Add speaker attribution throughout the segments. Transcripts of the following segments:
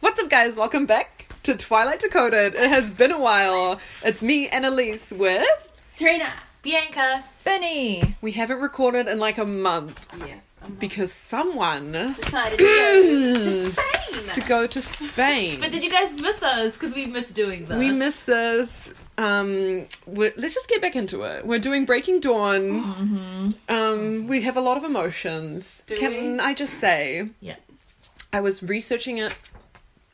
Speaker 1: What's up, guys? Welcome back to Twilight Decoded. It has been a while. It's me, Annalise, with.
Speaker 2: Serena. Bianca.
Speaker 3: Benny.
Speaker 1: We haven't recorded in like a month
Speaker 2: Yes. I'm
Speaker 1: because someone
Speaker 2: excited to go to Spain.
Speaker 1: to go to Spain.
Speaker 2: But did you guys miss us? Because we miss doing this.
Speaker 1: we missed this. Um, we're- let's just get back into it. We're doing Breaking Dawn. Um, we have a lot of emotions.
Speaker 2: Mm-hmm. Do
Speaker 1: Can
Speaker 2: we?
Speaker 1: I just say,
Speaker 2: Yeah.
Speaker 1: I was researching it,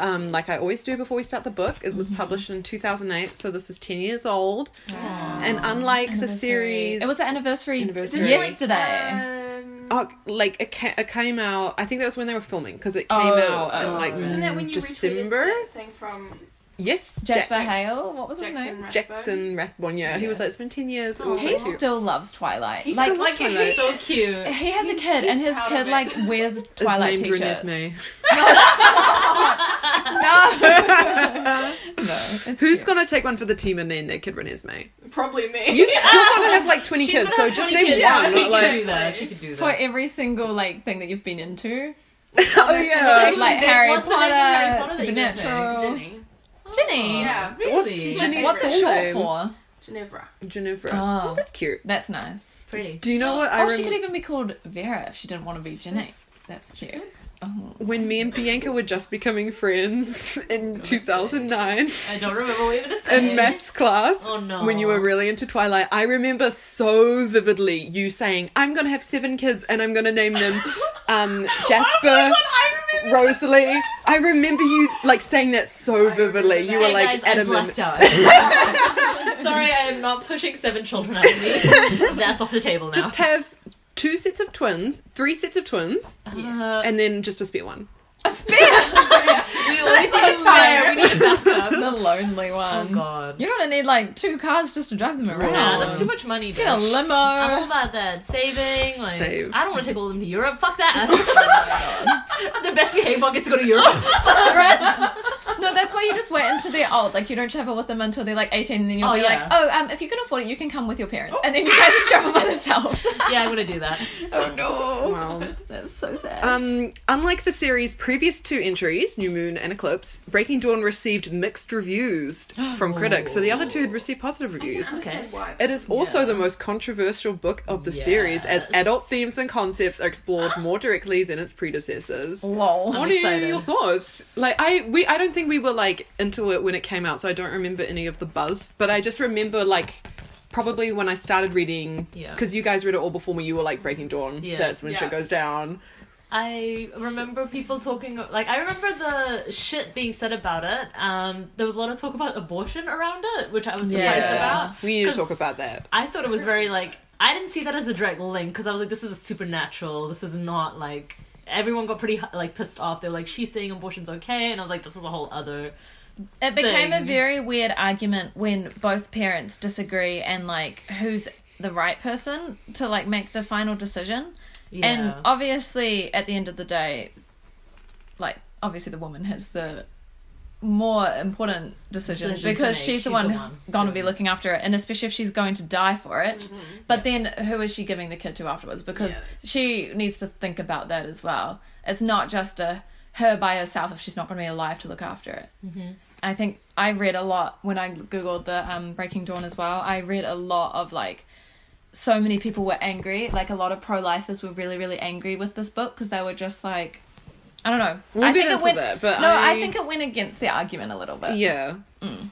Speaker 1: um, like I always do before we start the book. It
Speaker 2: Mm-hmm.
Speaker 1: was published in 2008, so this is 10 years old. And unlike the series,
Speaker 3: Um, It was the anniversary,
Speaker 1: Anniversary.
Speaker 3: yesterday.
Speaker 2: Um,
Speaker 1: oh, like it, ca- it came out. I think that was when they were filming because it came
Speaker 3: Oh,
Speaker 1: out in
Speaker 3: oh,
Speaker 1: like
Speaker 2: isn't that when you
Speaker 1: December.
Speaker 2: retweeted that thing from
Speaker 1: Yes,
Speaker 3: Jasper
Speaker 1: Jack-
Speaker 3: Hale. What was his
Speaker 2: Jackson
Speaker 3: name?
Speaker 2: Rathbone?
Speaker 1: Jackson Rathbone. Yeah, he was
Speaker 3: Yes.
Speaker 1: like, it's been 10 years.
Speaker 2: Aw.
Speaker 1: Ooh,
Speaker 3: He
Speaker 1: thank you.
Speaker 3: still loves Twilight.
Speaker 1: He's
Speaker 3: like
Speaker 1: so much fun.
Speaker 2: He's so cute.
Speaker 3: he has a kid, and his
Speaker 2: proud of
Speaker 3: kid
Speaker 2: it.
Speaker 3: like wears
Speaker 1: His
Speaker 3: Twilight
Speaker 1: name, Brunez
Speaker 3: t-shirts.
Speaker 1: May.
Speaker 3: No, no. It's
Speaker 1: Who's
Speaker 3: cute.
Speaker 1: gonna take one for the team and name their kid Renesmee?
Speaker 2: Probably me.
Speaker 1: You, You're gonna have like 20
Speaker 2: She's
Speaker 1: kids,
Speaker 2: gonna
Speaker 1: so
Speaker 2: have
Speaker 1: just
Speaker 2: 20
Speaker 1: name
Speaker 2: kids.
Speaker 1: one.
Speaker 2: Yeah,
Speaker 1: not, like,
Speaker 2: she could do that. She could do
Speaker 3: for
Speaker 2: that.
Speaker 3: every single like thing that you've been into?
Speaker 1: oh yeah,
Speaker 3: Like Harry
Speaker 2: What's the name of Harry
Speaker 3: Potter,
Speaker 2: Potter that you mentioned?
Speaker 3: Supernatural.
Speaker 2: Ginny.
Speaker 3: Ginny.
Speaker 2: Yeah,
Speaker 1: What's
Speaker 2: really.
Speaker 1: Ginny's
Speaker 2: My
Speaker 3: What's it
Speaker 2: favorite.
Speaker 3: short
Speaker 1: Name.
Speaker 3: for?
Speaker 2: Ginevra.
Speaker 1: Ginevra.
Speaker 3: Oh.
Speaker 1: Oh, that's cute.
Speaker 3: That's nice.
Speaker 2: Pretty.
Speaker 1: Do you know what I
Speaker 3: oh, she
Speaker 1: rem-
Speaker 3: could even be called Vera if she didn't want to be Ginny. That's cute. Oh.
Speaker 1: when me and Bianca were just becoming friends in 2009
Speaker 2: I don't remember what you were going to say.
Speaker 1: in maths class,
Speaker 2: Oh, no.
Speaker 1: when you were really into Twilight, I remember so vividly you saying, "I'm gonna have seven kids and I'm gonna name them
Speaker 2: Oh
Speaker 1: um, Jasper." Rosalie, I remember you like saying that so vividly. You were
Speaker 2: Hey,
Speaker 1: like
Speaker 2: guys, I
Speaker 1: adamant.
Speaker 2: blacked out. Sorry, I am not pushing seven children out of me. That's off the table now.
Speaker 1: Just have two sets of twins, three sets of twins,
Speaker 2: Uh,
Speaker 1: and then just a spare one.
Speaker 3: A spare!
Speaker 2: we always need a fire. We need a backup.
Speaker 3: the lonely one.
Speaker 2: Oh god.
Speaker 3: You're gonna need like two cars just to drive them around.
Speaker 2: Nah, that's too much money.
Speaker 3: Get a
Speaker 2: Bitch.
Speaker 3: limo.
Speaker 2: I'm all about that saving. Like,
Speaker 1: Save. Oh,
Speaker 2: I don't want to take all of them to Europe. Fuck that. the best behaved one gets to go to Europe. Fuck the rest.
Speaker 3: no, that's why you just wait until they're old. Like you don't travel with them until they're like 18, and then you'll
Speaker 2: Oh,
Speaker 3: be
Speaker 2: yeah. Oh.
Speaker 3: like, oh, um, if you can afford it, you can come with your parents, and then you guys just travel by themselves.
Speaker 2: Yeah, I'm gonna do that.
Speaker 3: oh no,
Speaker 1: Wow.
Speaker 3: that's so sad.
Speaker 1: Um, unlike the series' previous two entries, New Moon and Eclipse, Breaking Dawn received mixed reviews from critics, so the other two had received positive reviews.
Speaker 2: Okay.
Speaker 1: It is also the most controversial book of the series, as adult themes and concepts are explored more directly than its predecessors.
Speaker 3: Lol.
Speaker 1: What are
Speaker 2: excited.
Speaker 1: your thoughts? Like I, we, I don't think we were like into it when it came out, so I don't remember any of the buzz. But I just remember like probably when I started reading,
Speaker 2: Yeah.
Speaker 1: because you guys read it all before me. You were like Breaking Dawn.
Speaker 2: Yeah.
Speaker 1: That's when
Speaker 2: Yeah.
Speaker 1: shit goes down.
Speaker 2: I remember people talking like I remember the shit being said about it. Um, there was a lot of talk about abortion around it, which I was surprised
Speaker 3: Yeah.
Speaker 2: about.
Speaker 1: We need to
Speaker 2: 'Cause
Speaker 1: talk about that.
Speaker 2: I thought it was very like I didn't see that as a direct link because I was like, this is supernatural. This is not like everyone got pretty like pissed off. They were like, she's saying abortion's okay, and I was like, this is a whole other.
Speaker 3: It became a
Speaker 2: thing.
Speaker 3: very weird argument when both parents disagree and like who's the right person to like make the final decision.
Speaker 2: Yeah.
Speaker 3: And obviously, at the end of the day, like obviously the woman has the more important decision,
Speaker 2: Decision to
Speaker 3: because
Speaker 2: make.
Speaker 3: she's, the
Speaker 2: She's
Speaker 3: one,
Speaker 2: the one
Speaker 3: gonna
Speaker 2: doing
Speaker 3: be
Speaker 2: it.
Speaker 3: looking after it, and especially if she's going to die for it. But then, who is she giving the kid to afterwards? Because
Speaker 2: Yeah.
Speaker 3: she needs to think about that as well. It's not just a her by herself if she's not going to be alive to look after it.
Speaker 2: Mm-hmm.
Speaker 3: I think I read a lot when I googled the um, Breaking Dawn as well. I read a lot of like so many people were angry. Like a lot of pro-lifers were really really angry with this book because they were just like I don't know.
Speaker 1: We'll
Speaker 3: I
Speaker 1: get
Speaker 3: think
Speaker 1: into
Speaker 3: it went,
Speaker 1: that, but
Speaker 3: no, I...
Speaker 1: I-
Speaker 3: think it went against the argument a little bit.
Speaker 1: Yeah.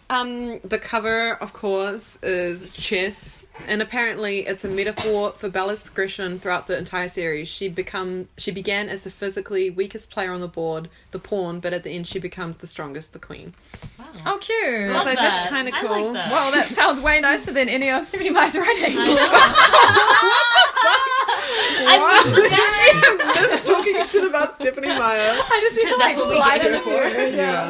Speaker 1: Um, the cover, of course, is chess, and apparently it's a metaphor for Bella's progression throughout the entire series. She become she began as the physically weakest player on the board, the pawn, but at the end she becomes the strongest, the queen.
Speaker 2: Wow.
Speaker 3: Oh, cute.
Speaker 2: Love
Speaker 1: so that's
Speaker 2: that.
Speaker 1: kinda
Speaker 2: I like
Speaker 1: cool.
Speaker 2: that.
Speaker 3: Well, that sounds way nicer than any of Stephanie Meyer's writing.
Speaker 2: I know. I missed the guy.
Speaker 1: Just talking shit about Stephanie Meyer.
Speaker 3: I just need to like
Speaker 2: That's what we
Speaker 3: slide
Speaker 2: get
Speaker 3: it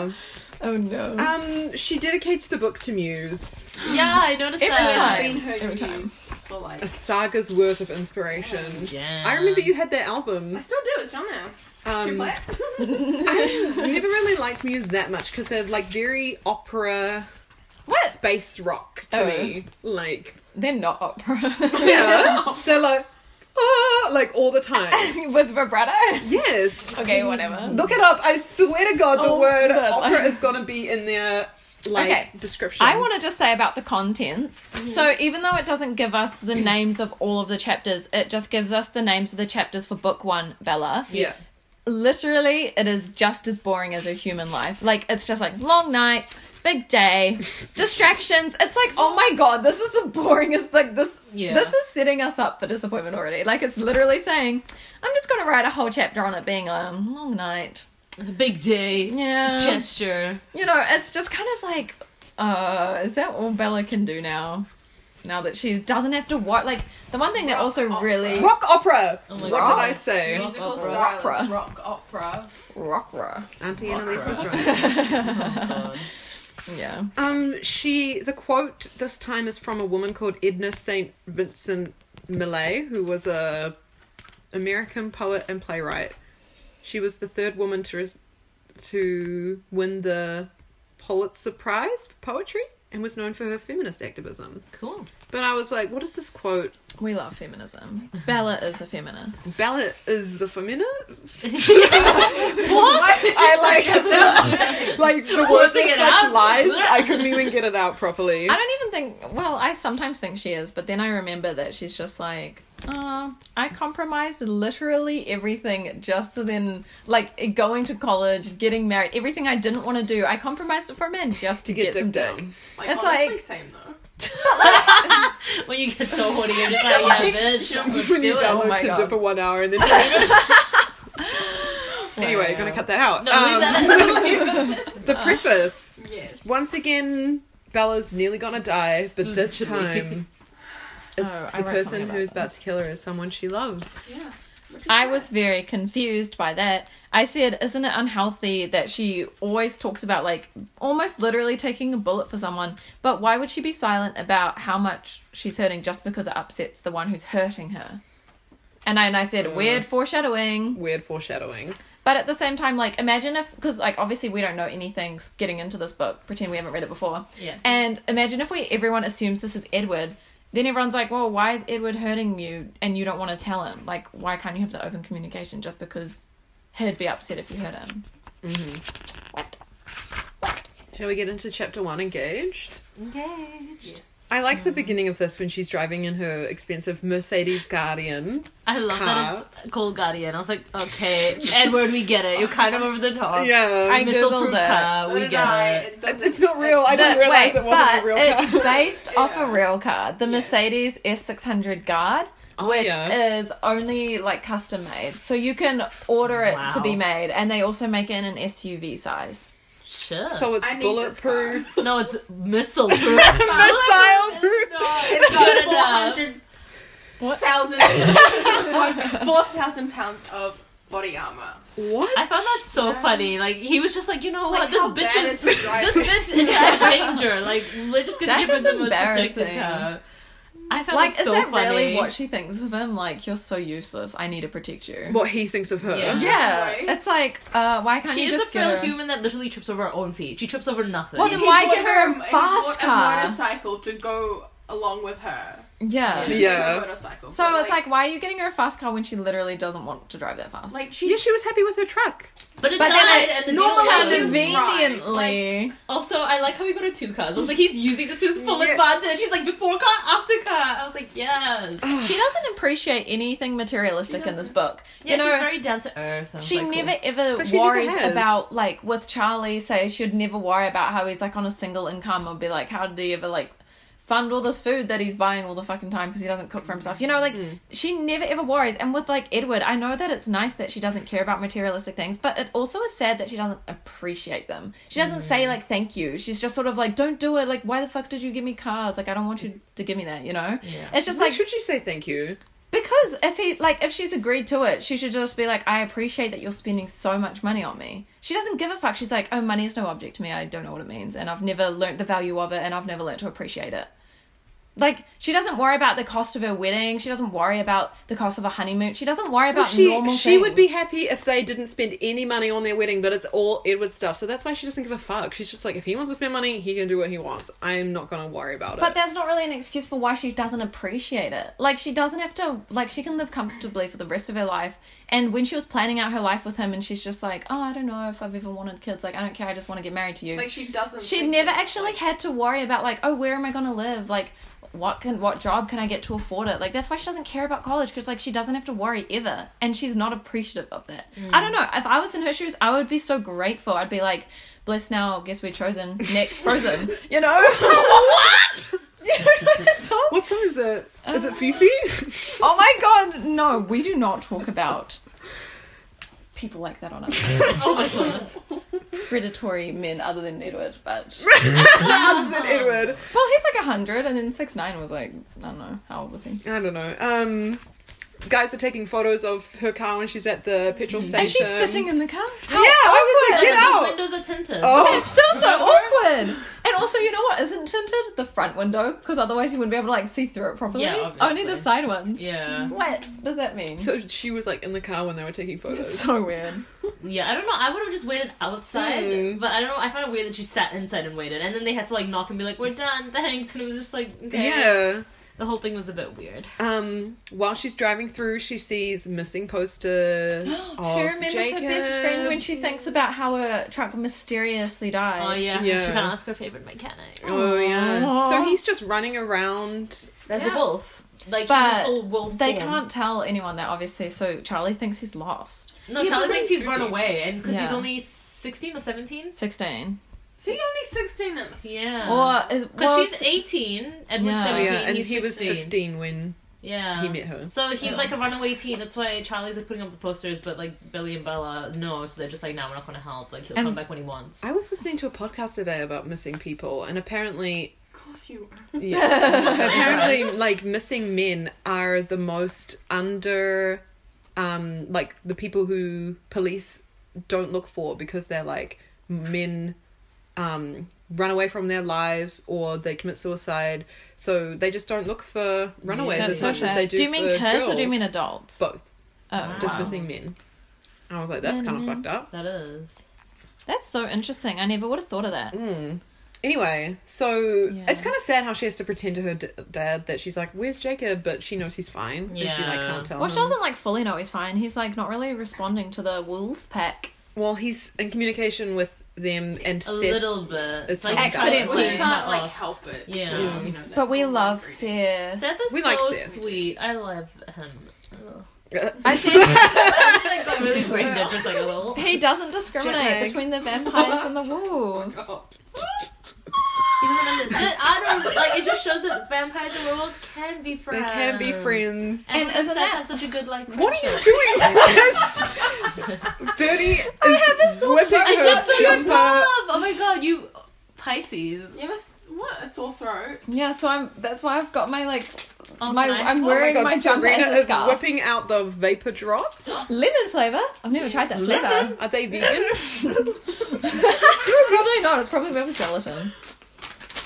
Speaker 2: for.
Speaker 3: for. Oh no.
Speaker 1: Um, she dedicates the book to Muse,
Speaker 2: Yeah, I noticed
Speaker 3: Every
Speaker 2: that.
Speaker 3: time.
Speaker 2: Every
Speaker 3: Every time.
Speaker 2: time. For like,
Speaker 1: a saga's worth of inspiration.
Speaker 2: yeah.
Speaker 1: I remember you had that album.
Speaker 4: I still do. It's on there.
Speaker 1: Um,
Speaker 4: What?
Speaker 1: I never really liked Muse that much because they're like very opera, space rock to
Speaker 3: Oh.
Speaker 1: me. Like,
Speaker 3: They're not opera.
Speaker 1: yeah, they're like, ah, like all the time.
Speaker 3: with vibrato.
Speaker 1: yes.
Speaker 3: Okay, whatever.
Speaker 1: Look it up. I swear to God, the
Speaker 3: Oh,
Speaker 1: word
Speaker 3: God.
Speaker 1: opera is gonna be in their like
Speaker 3: Okay.
Speaker 1: description.
Speaker 3: I want to just say about the contents.
Speaker 1: Mm-hmm.
Speaker 3: So even though it doesn't give us the names of all of the chapters, it just gives us the names of the chapters for book one, Bella.
Speaker 1: Yeah.
Speaker 3: Literally, it is just as boring as a human life. Like it's just like long night, big day, distractions. It's like, oh my god, this is the boringest. Like this,
Speaker 2: Yeah.
Speaker 3: this is setting us up for disappointment already. Like it's literally saying, I'm just gonna write a whole chapter on it being a long night.
Speaker 2: A big day.
Speaker 3: Yeah.
Speaker 2: Gesture.
Speaker 3: you know, it's just kind of like, uh, is that all Bella can do now? Now that she doesn't have to watch, like the one thing that also
Speaker 4: opera.
Speaker 3: really
Speaker 1: rock opera.
Speaker 2: Oh my
Speaker 1: what
Speaker 3: God.
Speaker 1: did I say?
Speaker 2: Rock
Speaker 4: Musical
Speaker 2: opera.
Speaker 4: style
Speaker 3: Opera.
Speaker 4: is rock opera.
Speaker 3: rock rock.
Speaker 1: Auntie
Speaker 2: Rock
Speaker 1: Annalisa's
Speaker 2: opera.
Speaker 1: right.
Speaker 3: Yeah,
Speaker 1: Um, she the quote this time is from a woman called Edna St. Vincent Millay, who was a American poet and playwright. She was the third woman to res- to win the Pulitzer Prize for poetry and was known for her feminist activism.
Speaker 2: Cool.
Speaker 1: But I was like, what is this quote?
Speaker 3: we love feminism. Bella is a feminist.
Speaker 1: Ballot is a feminist?
Speaker 3: what?
Speaker 1: I like like the words are
Speaker 2: Forcing it
Speaker 1: such
Speaker 2: out.
Speaker 1: lies. I couldn't even get it out properly.
Speaker 3: I don't even think. Well, I sometimes think she is, but then I remember that she's just like, uh, I compromised literally everything just to then, like, going to college, getting married, everything I didn't want to do, I compromised it for a man just to,
Speaker 1: Get
Speaker 3: get, some
Speaker 1: dick
Speaker 3: dick.
Speaker 1: down.
Speaker 4: Like,
Speaker 3: It's
Speaker 4: it's
Speaker 3: like-
Speaker 4: honestly, like same though.
Speaker 2: When you get so horny, you're just like, yeah, bitch, let's
Speaker 1: when you
Speaker 2: do it.
Speaker 3: Oh
Speaker 1: download
Speaker 3: my
Speaker 1: Tinder
Speaker 3: God.
Speaker 1: for one hour and then anyway,
Speaker 3: Wow.
Speaker 1: gonna cut that out. Um,
Speaker 2: No, leave that in.
Speaker 1: the preface.
Speaker 4: Yes.
Speaker 1: Once again, Bella's nearly gonna die, but this
Speaker 2: Literally.
Speaker 1: time,
Speaker 3: Oh,
Speaker 1: it's
Speaker 3: I
Speaker 1: the
Speaker 3: wrote
Speaker 1: person
Speaker 3: something about
Speaker 1: who's
Speaker 3: that.
Speaker 1: about to kill her is someone she loves.
Speaker 4: Yeah. Look at
Speaker 3: I
Speaker 4: that.
Speaker 3: was very confused by that. I said, Isn't it unhealthy that she always talks about, like, almost literally taking a bullet for someone? But why would she be silent about how much she's hurting just because it upsets the one who's hurting her? And I, and I said,
Speaker 1: Mm.
Speaker 3: Weird foreshadowing.
Speaker 1: Weird foreshadowing.
Speaker 3: But at the same time, like, imagine if, because, like, obviously we don't know anything getting into this book, pretend we haven't read it before.
Speaker 2: Yeah.
Speaker 3: And imagine if we everyone assumes this is Edward. Then everyone's like, "Well, why is Edward hurting you?" And you don't want to tell him. Like, why can't you have the open communication? Just because he'd be upset if you hurt him.
Speaker 1: Shall we get into chapter one? Engaged.
Speaker 2: Engaged.
Speaker 4: Yes.
Speaker 1: I like
Speaker 3: Hmm.
Speaker 1: the beginning of this when she's driving in her expensive Mercedes Guardian.
Speaker 2: I love
Speaker 1: Car.
Speaker 2: that it's called Guardian. I was like, okay, Edward, we get it. You're kind of over the top.
Speaker 1: Yeah,
Speaker 3: Oh, I
Speaker 2: Missile-proof
Speaker 3: googled it.
Speaker 2: car,
Speaker 4: So
Speaker 2: we
Speaker 4: did
Speaker 2: get
Speaker 4: I.
Speaker 2: it.
Speaker 4: It
Speaker 1: it's,
Speaker 4: doesn't-
Speaker 1: it's not real. I didn't
Speaker 3: The-
Speaker 1: realize it wasn't a
Speaker 3: but
Speaker 1: real
Speaker 3: it's
Speaker 1: car.
Speaker 3: based off a
Speaker 4: Yeah.
Speaker 3: real car, the
Speaker 4: Yes.
Speaker 3: Mercedes S600 Guard,
Speaker 1: Oh,
Speaker 3: which
Speaker 1: yeah.
Speaker 3: is only like custom made. So you can order it to be
Speaker 2: Wow.
Speaker 3: made, and they also make it in an SUV size.
Speaker 2: Sure.
Speaker 1: so it's
Speaker 4: I need this
Speaker 1: bulletproof.
Speaker 4: car.
Speaker 2: no, it's missile proof.
Speaker 1: Missile proof.
Speaker 4: It's
Speaker 2: Good
Speaker 4: got
Speaker 2: enough.
Speaker 4: four hundred
Speaker 3: What?
Speaker 4: thousand pounds of body armor.
Speaker 1: What?
Speaker 2: I found that so funny. Like he was just like, you know what,
Speaker 4: Like,
Speaker 2: Oh this
Speaker 4: how
Speaker 2: bitch
Speaker 4: bad
Speaker 2: is
Speaker 4: is
Speaker 2: this
Speaker 4: he driving?
Speaker 2: bitch is in danger. Like we're just gonna
Speaker 3: That's
Speaker 2: give
Speaker 3: just
Speaker 2: her the most protected
Speaker 3: embarrassing.
Speaker 2: car. I found
Speaker 3: Like,
Speaker 2: that
Speaker 3: is
Speaker 2: so
Speaker 3: that
Speaker 2: funny.
Speaker 3: really what she thinks of him? Like, you're so useless. I need to protect you.
Speaker 1: what he thinks of her.
Speaker 2: Yeah.
Speaker 3: Yeah,
Speaker 4: Right?
Speaker 3: it's like, uh, why can't
Speaker 2: she
Speaker 3: you
Speaker 2: is
Speaker 3: just
Speaker 2: a
Speaker 3: give
Speaker 2: frail
Speaker 3: her-
Speaker 2: human that literally trips over her own feet. She trips over nothing.
Speaker 3: Well, then
Speaker 4: He
Speaker 3: why
Speaker 4: bought
Speaker 3: give her a
Speaker 4: he bought
Speaker 3: fast car?
Speaker 4: A motorcycle to go along with her.
Speaker 3: Yeah.
Speaker 1: Yeah.
Speaker 4: A motorcycle.
Speaker 3: So
Speaker 4: But,
Speaker 3: it's like, why are you getting her a fast car when she literally doesn't want to drive that fast?
Speaker 4: like she
Speaker 1: Yeah, she was happy with her truck.
Speaker 2: but it
Speaker 3: but then,
Speaker 2: died,
Speaker 3: like,
Speaker 2: and the
Speaker 4: normal
Speaker 2: deal
Speaker 4: kind
Speaker 2: was.
Speaker 4: of thing.
Speaker 3: conveniently.
Speaker 2: Also, I like how we got her two cars. I was like, he's using this to his full
Speaker 1: Yeah.
Speaker 2: advantage. He's like, before car, after car. I was like, yes.
Speaker 3: she doesn't appreciate anything materialistic in this book.
Speaker 2: Yeah,
Speaker 3: you know,
Speaker 2: she's very down to earth. I was
Speaker 3: she
Speaker 2: like, cool.
Speaker 3: never ever
Speaker 1: But she never
Speaker 3: worries
Speaker 1: has.
Speaker 3: about like with Charlie. Say she'd never worry about how he's like on a single income or be like, how did he ever like fund all this food that he's buying all the fucking time because he doesn't cook for himself? You know, like
Speaker 1: Hmm.
Speaker 3: she never ever worries. And with like Edward, I know that it's nice that she doesn't care about materialistic things, but it also is sad that she doesn't appreciate them. She doesn't
Speaker 1: Hmm.
Speaker 3: say like thank you. She's just sort of like, don't do it. Like, why the fuck did you give me cars? Like, I don't want you to give me that. You know,
Speaker 2: Yeah.
Speaker 3: it's just
Speaker 1: Hmm. Why
Speaker 3: like
Speaker 1: should she say thank you?
Speaker 3: because if he like if she's agreed to it, she should just be like, I appreciate that you're spending so much money on me. She doesn't give a fuck. She's like, Oh, money is no object to me, I don't know what it means and I've never learnt the value of it and I've never learnt to appreciate it. like she doesn't worry about the cost of her wedding. She doesn't worry about the cost of a honeymoon. She doesn't worry about
Speaker 1: she
Speaker 3: normal
Speaker 1: she would be
Speaker 3: things.
Speaker 1: happy if they didn't spend any money on their wedding, but it's all Edward stuff. So that's why she doesn't give a fuck. She's just like, if he wants to spend money, he can do what he wants. I'm not gonna worry about
Speaker 3: But
Speaker 1: it.
Speaker 3: that's not really an excuse for why she doesn't appreciate it. Like she doesn't have to like she can live comfortably for the rest of her life. And when she was planning out her life with him and she's just like, "Oh, I don't know if I've ever wanted kids. Like I don't care. I just want to get married to you."
Speaker 4: Like she doesn't.
Speaker 3: she
Speaker 4: think
Speaker 3: never
Speaker 4: that,
Speaker 3: actually
Speaker 4: like,
Speaker 3: had to worry about like, "Oh, where am I going to live?" Like what can what job can I get to afford it? Like that's why she doesn't care about college because like she doesn't have to worry ever and she's not appreciative of that. I don't know. If I was in her shoes, I would be so grateful. I'd be like, "Blessed now, guess we're chosen. Next, frozen." you know? what? You know that song?
Speaker 1: what song is it? Is it
Speaker 3: Um,
Speaker 1: Fifi?
Speaker 3: Oh my god, no, we do not talk about people like that on us.
Speaker 2: Oh my god.
Speaker 3: Predatory men other than Edward, but Uh,
Speaker 1: Other than Edward.
Speaker 3: well, he's like a hundred, and then six nine was like I don't know how old was he,
Speaker 1: I don't know. Um, guys are taking photos of her car when she's at the petrol station.
Speaker 3: Mm-hmm. and she's sitting in the car.
Speaker 1: Yeah, I was like, get
Speaker 2: The
Speaker 1: out.
Speaker 2: windows are tinted.
Speaker 1: Oh.
Speaker 3: It's still so awkward. And also, you know what isn't tinted? The front window, because otherwise you wouldn't be able to like see through it properly.
Speaker 2: Yeah,
Speaker 3: Only the
Speaker 2: obviously.
Speaker 3: side ones.
Speaker 2: Yeah.
Speaker 3: What does that mean?
Speaker 1: So she was like in the car when they were taking photos.
Speaker 3: so weird.
Speaker 2: Yeah, I don't know. I would have just waited outside,
Speaker 1: Mm.
Speaker 2: but I don't know. I found it weird that she sat inside and waited, and then they had to like knock and be like, "We're done, thanks." And it was just like, okay.
Speaker 1: Yeah.
Speaker 2: The whole thing was a bit weird.
Speaker 1: Um, while she's driving through, she sees missing posters. of
Speaker 3: she remembers
Speaker 1: Jacob.
Speaker 3: her best friend when she thinks about how her truck mysteriously died.
Speaker 2: Oh yeah,
Speaker 1: Yeah.
Speaker 2: she kind of asked her favorite mechanic.
Speaker 1: Oh yeah.
Speaker 3: Aww.
Speaker 1: So he's just running around.
Speaker 2: There's
Speaker 1: Yeah.
Speaker 2: a wolf. Like
Speaker 3: But
Speaker 2: she's a full wolf.
Speaker 3: They
Speaker 2: form.
Speaker 3: can't tell anyone that, obviously, so Charlie thinks he's lost.
Speaker 2: No,
Speaker 1: Yeah,
Speaker 2: Charlie
Speaker 1: but
Speaker 2: thinks
Speaker 1: he's
Speaker 2: he's run
Speaker 1: creepy.
Speaker 2: away, and because he's
Speaker 3: Yeah.
Speaker 2: only sixteen or seventeen.
Speaker 3: 16.
Speaker 4: She's only sixteen in the
Speaker 2: Yeah.
Speaker 3: Or is.
Speaker 2: because
Speaker 3: well,
Speaker 2: she's eighteen, Edward's
Speaker 3: Yeah.
Speaker 1: Oh,
Speaker 2: seventeen,
Speaker 1: uh, yeah, and
Speaker 2: he's
Speaker 1: he was
Speaker 2: 16.
Speaker 1: fifteen when
Speaker 2: Yeah.
Speaker 3: Um,
Speaker 1: he met her.
Speaker 2: So he's
Speaker 3: Yeah.
Speaker 2: like a runaway teen. That's why Charlie's like putting up the posters, but like Billy and Bella no, so they're just like, "No, we're not gonna help. Like he'll
Speaker 3: And-
Speaker 2: come back when he wants."
Speaker 1: I was listening to a podcast today about missing people, and apparently,
Speaker 4: Of course you are.
Speaker 1: yeah, apparently, like missing men are the most under, um, like the people who police don't look for because they're like men, um, run away from their lives or they commit suicide, so they just don't look for runaways
Speaker 3: that's
Speaker 1: as
Speaker 3: so
Speaker 1: much as
Speaker 3: sad.
Speaker 1: they do.
Speaker 3: Do you mean
Speaker 1: for
Speaker 3: kids or do you
Speaker 1: girls.
Speaker 3: mean adults?
Speaker 1: both?
Speaker 3: Oh,
Speaker 2: Wow.
Speaker 1: Just missing men. I was like, that's
Speaker 3: Men,
Speaker 1: kind of
Speaker 3: men.
Speaker 1: fucked up.
Speaker 2: That is.
Speaker 3: that's so interesting. I never would have thought of that.
Speaker 1: Mm. Anyway, so
Speaker 3: Yeah.
Speaker 1: it's kind of sad how she has to pretend to her d- dad that she's like, "Where's Jacob?" But she knows he's fine. Yeah. she like
Speaker 2: Yeah.
Speaker 1: can't tell
Speaker 3: Well, she
Speaker 1: him.
Speaker 3: doesn't like fully know he's fine. He's like not really responding to the wolf pack.
Speaker 1: Well, he's in communication with them and
Speaker 2: A
Speaker 1: Seth.
Speaker 2: little bit.
Speaker 1: It's
Speaker 2: like
Speaker 1: like
Speaker 4: Well,
Speaker 3: accidentally.
Speaker 4: you
Speaker 2: accidentally.
Speaker 4: can't like help it.
Speaker 2: Yeah.
Speaker 4: because, you know, that
Speaker 3: But we
Speaker 4: whole
Speaker 3: love
Speaker 4: inbreeding.
Speaker 3: Seth.
Speaker 2: Seth is
Speaker 1: We
Speaker 2: so
Speaker 1: like Seth.
Speaker 2: sweet. I love him. Ugh.
Speaker 3: I think
Speaker 2: I just like got really brain dead for a second. Well,
Speaker 3: he doesn't
Speaker 1: Jet lag.
Speaker 3: discriminate between the vampires and the wolves.
Speaker 4: Oh,
Speaker 2: I don't like. It just shows that vampires and werewolves can be
Speaker 1: they
Speaker 2: friends.
Speaker 1: can be friends.
Speaker 2: And,
Speaker 3: And
Speaker 2: isn't Seth
Speaker 3: isn't that-
Speaker 2: have such a good like?
Speaker 1: What are you doing? Birdie
Speaker 3: I have a
Speaker 1: is
Speaker 3: sword.
Speaker 1: whipping
Speaker 2: I
Speaker 1: her
Speaker 2: just saw your
Speaker 1: jumper.
Speaker 2: tub. Oh my god, you Pisces.
Speaker 4: You must what a sore throat.
Speaker 3: Yeah, so I'm. That's why I've got my like
Speaker 2: Oh,
Speaker 3: my.
Speaker 2: can I-
Speaker 3: I'm
Speaker 1: Oh my
Speaker 3: wearing
Speaker 1: god,
Speaker 3: my jumper
Speaker 1: Serena
Speaker 3: as a
Speaker 1: is
Speaker 3: scarf.
Speaker 1: whipping out the vapor drops.
Speaker 3: Lemon flavor. I've never tried that flavor.
Speaker 1: Are they vegan?
Speaker 3: probably not. It's probably made with gelatin.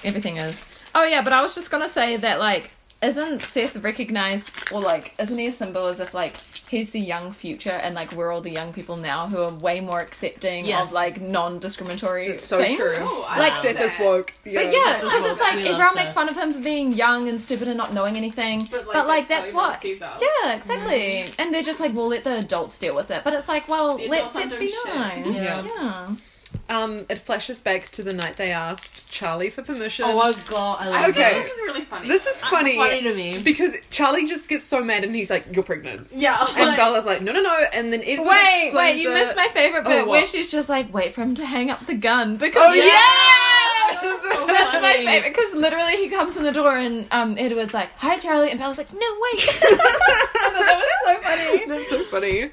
Speaker 3: Everything is. Oh yeah, but I was just gonna say that like. Isn't Seth recognized, or like, isn't he a symbol as if like he's the young future, and like we're all the young people now who are way more accepting
Speaker 2: Yes.
Speaker 3: of like non-discriminatory
Speaker 1: It's so
Speaker 3: things?
Speaker 1: true.
Speaker 4: Oh, I
Speaker 3: Like-
Speaker 4: love
Speaker 1: Seth is
Speaker 4: that.
Speaker 1: woke.
Speaker 3: But yeah,
Speaker 2: Seth is
Speaker 3: because
Speaker 2: woke.
Speaker 3: it's like
Speaker 2: We love
Speaker 3: everyone makes
Speaker 2: Seth.
Speaker 3: fun of him for being young and stupid and not knowing anything. But like, that's,
Speaker 4: how everyone
Speaker 3: what.
Speaker 4: sees us.
Speaker 3: Yeah, exactly. And they're just like, we'll let the adults deal with it. But it's like, well,
Speaker 4: The
Speaker 3: let
Speaker 4: adults aren't
Speaker 3: Seth be
Speaker 4: doing shit.
Speaker 3: nice.
Speaker 2: Yeah.
Speaker 3: Yeah.
Speaker 1: Um, it flashes back to the night they asked Charlie for permission.
Speaker 2: Oh my god, I love
Speaker 4: I
Speaker 1: Okay.
Speaker 4: think this is really funny.
Speaker 1: this is
Speaker 2: that.
Speaker 1: funny,
Speaker 2: Funny to me.
Speaker 1: because Charlie just gets so mad and he's like, "You're pregnant,"
Speaker 4: yeah.
Speaker 1: and
Speaker 4: like-
Speaker 1: Bella's like, "No, no, no," and then Edward
Speaker 3: Wait, wait,
Speaker 1: explains
Speaker 3: you
Speaker 1: it.
Speaker 3: missed my favorite
Speaker 1: Oh,
Speaker 3: bit where
Speaker 1: what?
Speaker 3: she's just like, wait for him to hang up the gun because
Speaker 1: Oh
Speaker 3: Yeah!
Speaker 1: yeah,
Speaker 3: That's my
Speaker 2: Funny.
Speaker 3: favorite because literally he comes in the door and um, Edward's like, "Hi, Charlie," and Bella's like, "No, wait." that was so funny.
Speaker 1: that's so funny.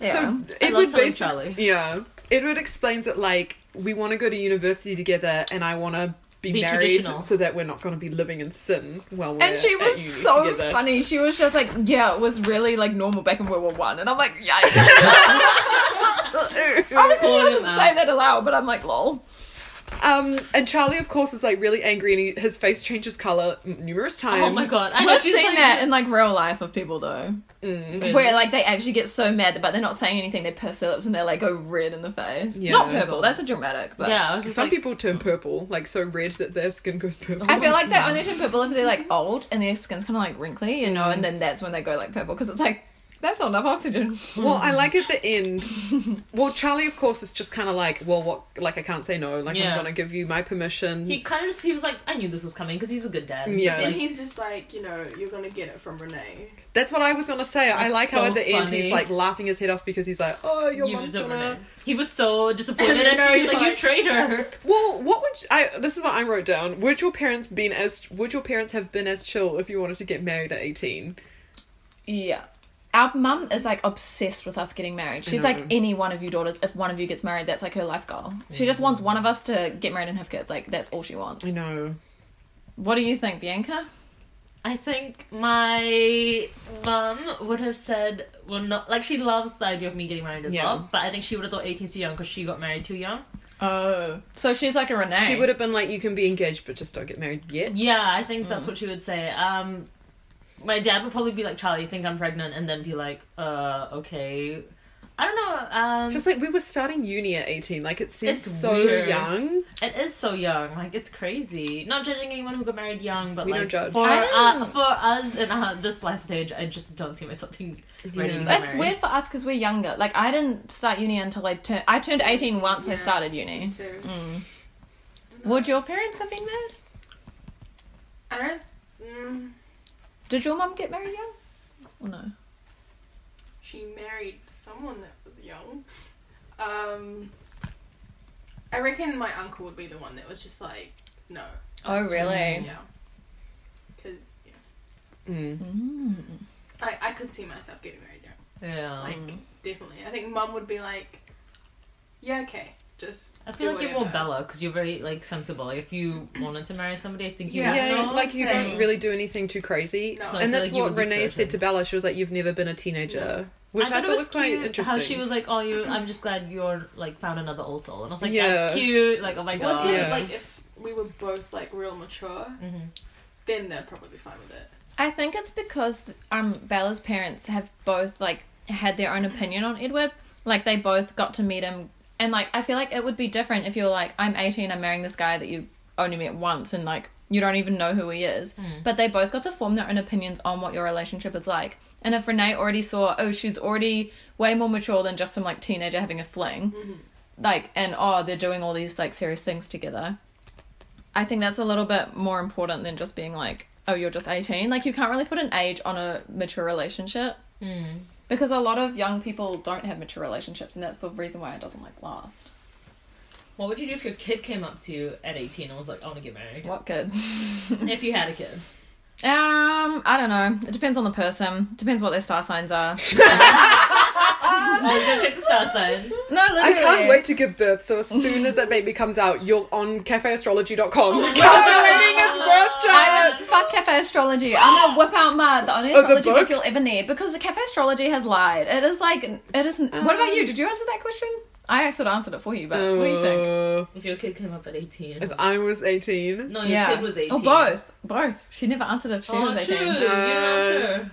Speaker 3: Yeah.
Speaker 1: So
Speaker 2: I love
Speaker 1: Edward
Speaker 2: telling
Speaker 1: basi-
Speaker 2: Charlie.
Speaker 1: yeah, Edward explains it like, "We want to go to university together, and I want to." Be,
Speaker 2: Be
Speaker 1: married
Speaker 2: traditional.
Speaker 1: so that we're not going to be living in sin while we're
Speaker 3: And she
Speaker 1: at
Speaker 3: was
Speaker 1: uni
Speaker 3: so
Speaker 1: together.
Speaker 3: funny. She was just like, "Yeah, it was really like normal back in World War One," and I'm like, "Yikes!"
Speaker 1: Ew.
Speaker 3: Obviously, she
Speaker 2: Calling
Speaker 3: doesn't
Speaker 2: them
Speaker 3: say
Speaker 2: out.
Speaker 3: that aloud, but I'm like, "Lol."
Speaker 1: Um, and Charlie, of course, is like really angry, and he, his face changes color m- numerous times.
Speaker 2: Oh my god! I know
Speaker 3: I've seen that in like real life of people though,
Speaker 1: Mm.
Speaker 2: Really?
Speaker 3: where like they actually get so mad, but they're not saying anything. They piss their lips and they're like go red in the face.
Speaker 1: Yeah.
Speaker 3: Not purple. That's a dramatic. But
Speaker 2: yeah, I was just
Speaker 1: Some
Speaker 2: like,
Speaker 1: people turn purple, like so red that their skin goes purple.
Speaker 3: I feel like they only turn purple if they're like old and their skin's kind of like wrinkly, you know, and
Speaker 1: Mm.
Speaker 3: then that's when they go like purple because it's like that's not enough oxygen.
Speaker 1: Well, I like at the end. Well, Charlie, of course, is just kind of like, well, what? Like, I can't say no. Like,
Speaker 2: Yeah.
Speaker 1: I'm gonna give you my permission.
Speaker 2: he kind of just he was like, I knew this was coming because he's a good dad.
Speaker 1: Yeah.
Speaker 4: Then
Speaker 2: Like,
Speaker 4: he's just like, you know, you're gonna get it from Renee.
Speaker 1: That's what I was gonna say. I
Speaker 2: That's
Speaker 1: like how
Speaker 2: so
Speaker 1: at the end he's
Speaker 2: funny.
Speaker 1: like laughing his head off because he's like, oh, your
Speaker 2: you
Speaker 1: mom's
Speaker 2: deserve
Speaker 1: gonna.
Speaker 2: it. He was so disappointed.
Speaker 3: And then
Speaker 2: and she was
Speaker 3: he's
Speaker 2: like, you
Speaker 3: like-
Speaker 2: traitor. her.
Speaker 1: Well, what would you, I? This is what I wrote down. Would your parents been as? Would your parents have been as chill if you wanted to get married at eighteen?
Speaker 3: Yeah. Our mum is like obsessed with us getting married. She's like
Speaker 1: know.
Speaker 3: any one of you daughters. If one of you gets married, that's like her life goal. She just wants one of us to get married and have kids. Like that's all she wants.
Speaker 1: I Mm. know.
Speaker 3: What do you think, Bianca?
Speaker 2: I think my mum would have said, well, not like she loves the idea of me getting married as
Speaker 1: Yeah.
Speaker 2: well, but I think she would have thought 18's too young because she got married too young.
Speaker 3: Oh, so she's like a Renee.
Speaker 1: She would have been like, you can be engaged, but just don't get married yet.
Speaker 2: Yeah, I think
Speaker 1: Mm.
Speaker 2: that's what she would say. Um, my dad would probably be like, Charlie, you think I'm pregnant? And then be like, uh, okay. I don't know. Um,
Speaker 1: Just like we were starting uni at eighteen, like it seems
Speaker 2: It's
Speaker 1: so
Speaker 2: weird.
Speaker 1: young.
Speaker 2: It is so young, like it's crazy. Not judging anyone who got married young, but
Speaker 1: We
Speaker 2: like
Speaker 1: don't judge.
Speaker 2: for
Speaker 3: I
Speaker 2: uh,
Speaker 3: don't-
Speaker 2: for us in uh, this life stage, I just don't see myself being ready.
Speaker 1: Yeah.
Speaker 2: To get
Speaker 3: It's
Speaker 2: married.
Speaker 3: weird for us because we're younger. Like I didn't start uni until I turned. I turned eighteen once I
Speaker 4: Yeah.
Speaker 3: started uni.
Speaker 4: Too.
Speaker 3: Mm. Would your parents have been married?
Speaker 4: I don't. Mm,
Speaker 3: Did your mum get married young? Or no?
Speaker 4: she married someone that was young. Um, I reckon my uncle would be the one that was just like, no.
Speaker 3: Oh, really?
Speaker 4: Yeah. Because yeah.
Speaker 1: Mm.
Speaker 3: Mm.
Speaker 4: I I could see myself getting married young.
Speaker 2: Yeah,
Speaker 4: Like definitely. I think mum would be like, yeah, okay, just.
Speaker 2: I feel
Speaker 4: do
Speaker 2: like you're more
Speaker 4: whatever."
Speaker 2: Bella because you're very like sensible. If you wanted to marry somebody, I think you
Speaker 1: Yeah,
Speaker 4: Yeah.
Speaker 2: would know.
Speaker 1: it's like you
Speaker 4: Okay.
Speaker 1: don't really do anything too crazy.
Speaker 4: No. So I
Speaker 1: and
Speaker 2: feel
Speaker 1: that's
Speaker 2: like you
Speaker 1: what
Speaker 2: would be
Speaker 1: Renee said
Speaker 2: certain.
Speaker 1: to Bella. She was like, "You've never been a teenager," which I thought, was, quite
Speaker 2: cute
Speaker 1: interesting.
Speaker 2: How she was like, "Oh, you, I'm just glad you're like found another old soul," and I was like,
Speaker 1: Yeah.
Speaker 2: "That's cute." Like, oh my
Speaker 4: Well,
Speaker 2: god.
Speaker 4: it's good,
Speaker 1: Yeah.
Speaker 4: like if we were both like real mature,
Speaker 2: Mhm.
Speaker 4: then they'd probably be fine with it.
Speaker 3: I think it's because um Bella's parents have both like had their own opinion on Edward. Like they both got to meet him, and like I feel like it would be different if you were like, I'm 18, I'm marrying this guy that you only met once, and like you don't even know who he is. But they both got to form their own opinions on what your relationship is like. And if Renee already saw, oh, she's already way more mature than just some like teenager having a fling, like, and oh, they're doing all these like serious things together. I think that's a little bit more important than just being like, oh, you're just 18. Like, you can't really put an age on a mature relationship
Speaker 2: Mm.
Speaker 3: because a lot of young people don't have mature relationships, and that's the reason why it doesn't like last.
Speaker 2: What would you do if your kid came up to you at 18 and was like, "I want to get married"?
Speaker 3: What good?
Speaker 2: if you had a kid,
Speaker 3: Um, I don't know. It depends on the person. Depends what their star signs are.
Speaker 2: I was gonna check the star signs.
Speaker 3: No, literally.
Speaker 1: I can't wait to give birth. So as soon as that baby comes out, you're on cafeastrology.com calculating its birth
Speaker 3: I
Speaker 1: chart.
Speaker 3: would fuck cafe astrology. I'm gonna whip out my the only
Speaker 1: Oh, the
Speaker 3: astrology book?
Speaker 1: book?
Speaker 3: you'll ever need because the cafe astrology has lied. It is like it isn't. what about
Speaker 1: Um,
Speaker 3: you? Did you answer that question? I sort of answered it for you, but what do you think?
Speaker 1: Uh,
Speaker 2: If your kid came up at 18, and
Speaker 1: If
Speaker 2: was-
Speaker 1: I was eighteen,
Speaker 2: no, your kid was 18.
Speaker 3: Or Oh, both. Both. She never answered if she
Speaker 2: oh,
Speaker 3: was 18.
Speaker 2: True. you didn't answer.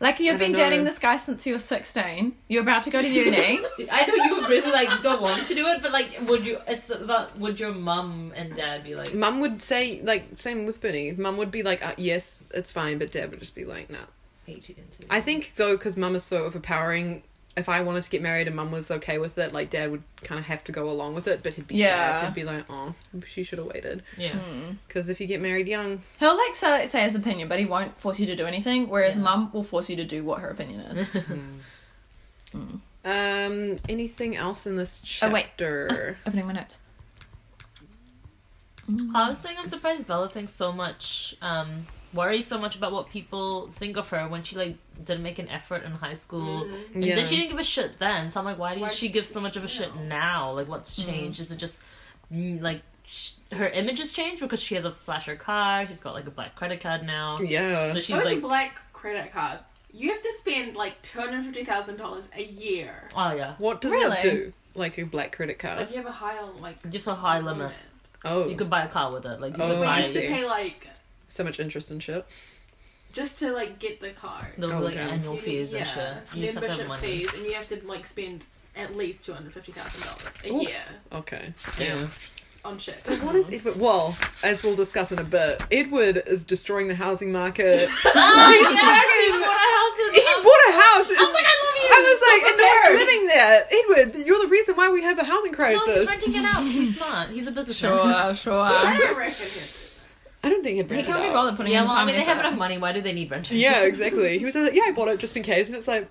Speaker 3: Like, you've
Speaker 1: I
Speaker 3: been
Speaker 1: don't know.
Speaker 3: dating this guy since you were 16. You're about to go to uni.
Speaker 2: I know you really like don't want to do it, but like, would you? It's about would your mum and dad be like?
Speaker 1: Mum would say like same with Bernie. Mum would be like, uh, "Yes, it's fine," but Dad would just be like, "No."
Speaker 2: Eighteen into.
Speaker 1: I think though, because Mum is so overpowering. If I wanted to get married and Mum was okay with it, like Dad would kind of have to go along with it, but he'd be
Speaker 3: Yeah.
Speaker 1: sad. He'd be like, "Oh, she should have waited."
Speaker 2: Yeah.
Speaker 1: Because if you get married young,
Speaker 3: He'll, like, say, say his opinion, but he won't force you to do anything, whereas
Speaker 2: Yeah.
Speaker 3: mum will force you to do what her opinion is.
Speaker 1: um, anything else in this
Speaker 3: Oh, wait.
Speaker 1: chapter?
Speaker 3: Opening my notes.
Speaker 2: I was saying I'm surprised Bella thinks so much, um, worries so much about what people think of her when she like didn't make an effort in high school. And
Speaker 1: Yeah.
Speaker 2: then she didn't give a shit then. So I'm like, why did
Speaker 4: Why
Speaker 2: she
Speaker 4: she-
Speaker 2: give so much of a shit now? Like, what's
Speaker 1: Mm-hmm.
Speaker 2: changed? Is it just mm, like sh- her image has changed because she has a flasher car? She's got like a black credit card now.
Speaker 1: Yeah.
Speaker 2: So
Speaker 4: She's
Speaker 2: she's
Speaker 4: like,
Speaker 2: like,
Speaker 4: black credit cards. You have to spend like two hundred fifty thousand dollars a year.
Speaker 2: oh yeah,
Speaker 1: what does
Speaker 3: Really?
Speaker 1: that do? Like a black credit card?
Speaker 4: Like you have a higher like
Speaker 2: just a high limit.
Speaker 4: limit.
Speaker 1: Oh,
Speaker 2: You could buy a car with it. Like you
Speaker 1: Oh,
Speaker 4: But
Speaker 2: could
Speaker 1: I
Speaker 4: we
Speaker 2: buy
Speaker 4: used to
Speaker 1: see.
Speaker 4: pay like
Speaker 1: so much interest in shit.
Speaker 4: just to like get the card.
Speaker 2: the
Speaker 1: Oh,
Speaker 2: like
Speaker 1: okay.
Speaker 2: annual
Speaker 4: You-
Speaker 2: fees and shit.
Speaker 4: yeah,
Speaker 2: You just have to have
Speaker 4: membership
Speaker 2: money.
Speaker 4: fees, and you have to like spend at least two hundred fifty thousand dollars a
Speaker 1: Ooh.
Speaker 4: year
Speaker 1: Okay.
Speaker 2: Yeah.
Speaker 1: yeah.
Speaker 4: on shit.
Speaker 1: So what is Edward? Well, as we'll discuss in a bit, Edward is destroying the housing market. He's fucking-
Speaker 2: Oh, yes, we bought a house in-
Speaker 1: he bought a house.
Speaker 2: I was like, I love you.
Speaker 1: I was
Speaker 2: so
Speaker 1: like, and no one's living there. Edward, you're the reason why we have a housing crisis.
Speaker 2: No, he's renting it out. He's smart. He's a businessman.
Speaker 3: Sure,
Speaker 4: I
Speaker 3: sure.
Speaker 4: don't reckon.
Speaker 1: I don't think he'd
Speaker 3: He
Speaker 1: rent
Speaker 3: can't
Speaker 1: it
Speaker 3: be
Speaker 1: out.
Speaker 3: bothered putting
Speaker 2: Yeah,
Speaker 3: in the
Speaker 2: well,
Speaker 3: time
Speaker 2: I mean, they
Speaker 3: and
Speaker 2: have
Speaker 3: effort.
Speaker 2: enough money. Why do they need renters?
Speaker 1: Yeah, exactly. He was like, yeah, I bought it just in case, and it's like,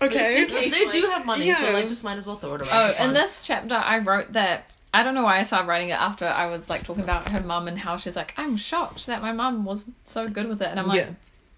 Speaker 1: okay.
Speaker 4: Just in
Speaker 2: They
Speaker 4: case,
Speaker 2: do
Speaker 4: like-
Speaker 2: have money,
Speaker 1: Yeah.
Speaker 2: so like, just might as well throw it away.
Speaker 3: Oh,
Speaker 2: Fun.
Speaker 3: in this chapter, I wrote that. I don't know why I started writing it after I was like talking about her mum and how she's like, I'm shocked that my mum was so good with it. And I'm like,
Speaker 1: Yeah.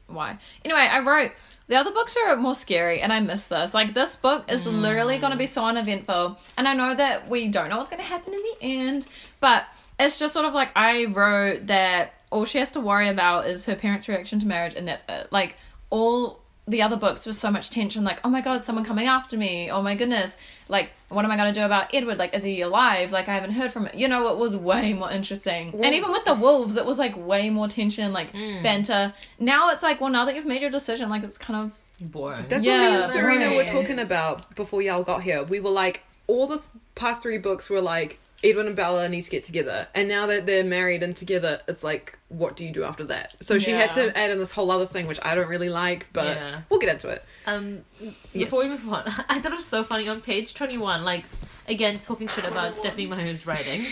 Speaker 3: why? Anyway, I wrote, the other books are more scary and I miss this. Like, this book is literally going to be so uneventful. And I know that we don't know what's going to happen in the end, but it's just sort of like I wrote that all she has to worry about is her parents' reaction to marriage and that's it. Like, all the other books was so much tension like oh my god someone coming after me oh my goodness like what am i going to do about edward like is he alive like i haven't heard from him you know it was way more interesting and even with the wolves it was like way more tension like
Speaker 1: Hmm.
Speaker 3: banter now it's like well now that you've made your decision like it's kind of
Speaker 2: boring.
Speaker 1: That's what
Speaker 3: Yeah,
Speaker 1: me and Serena were
Speaker 3: right.
Speaker 1: talking about before y'all got here. We were like, all the past three books were like, Edwin and Bella need to get together. And now that they're married and together, it's like, what do you do after that? So she had
Speaker 3: Yeah.
Speaker 1: to add in this whole other thing, which I don't really like, but
Speaker 2: Yeah.
Speaker 1: we'll get into it.
Speaker 2: Um,
Speaker 1: Yes.
Speaker 2: before we move on, I thought it was so funny on page twenty-one. Like, again, talking shit about Stephanie Meyer's writing. It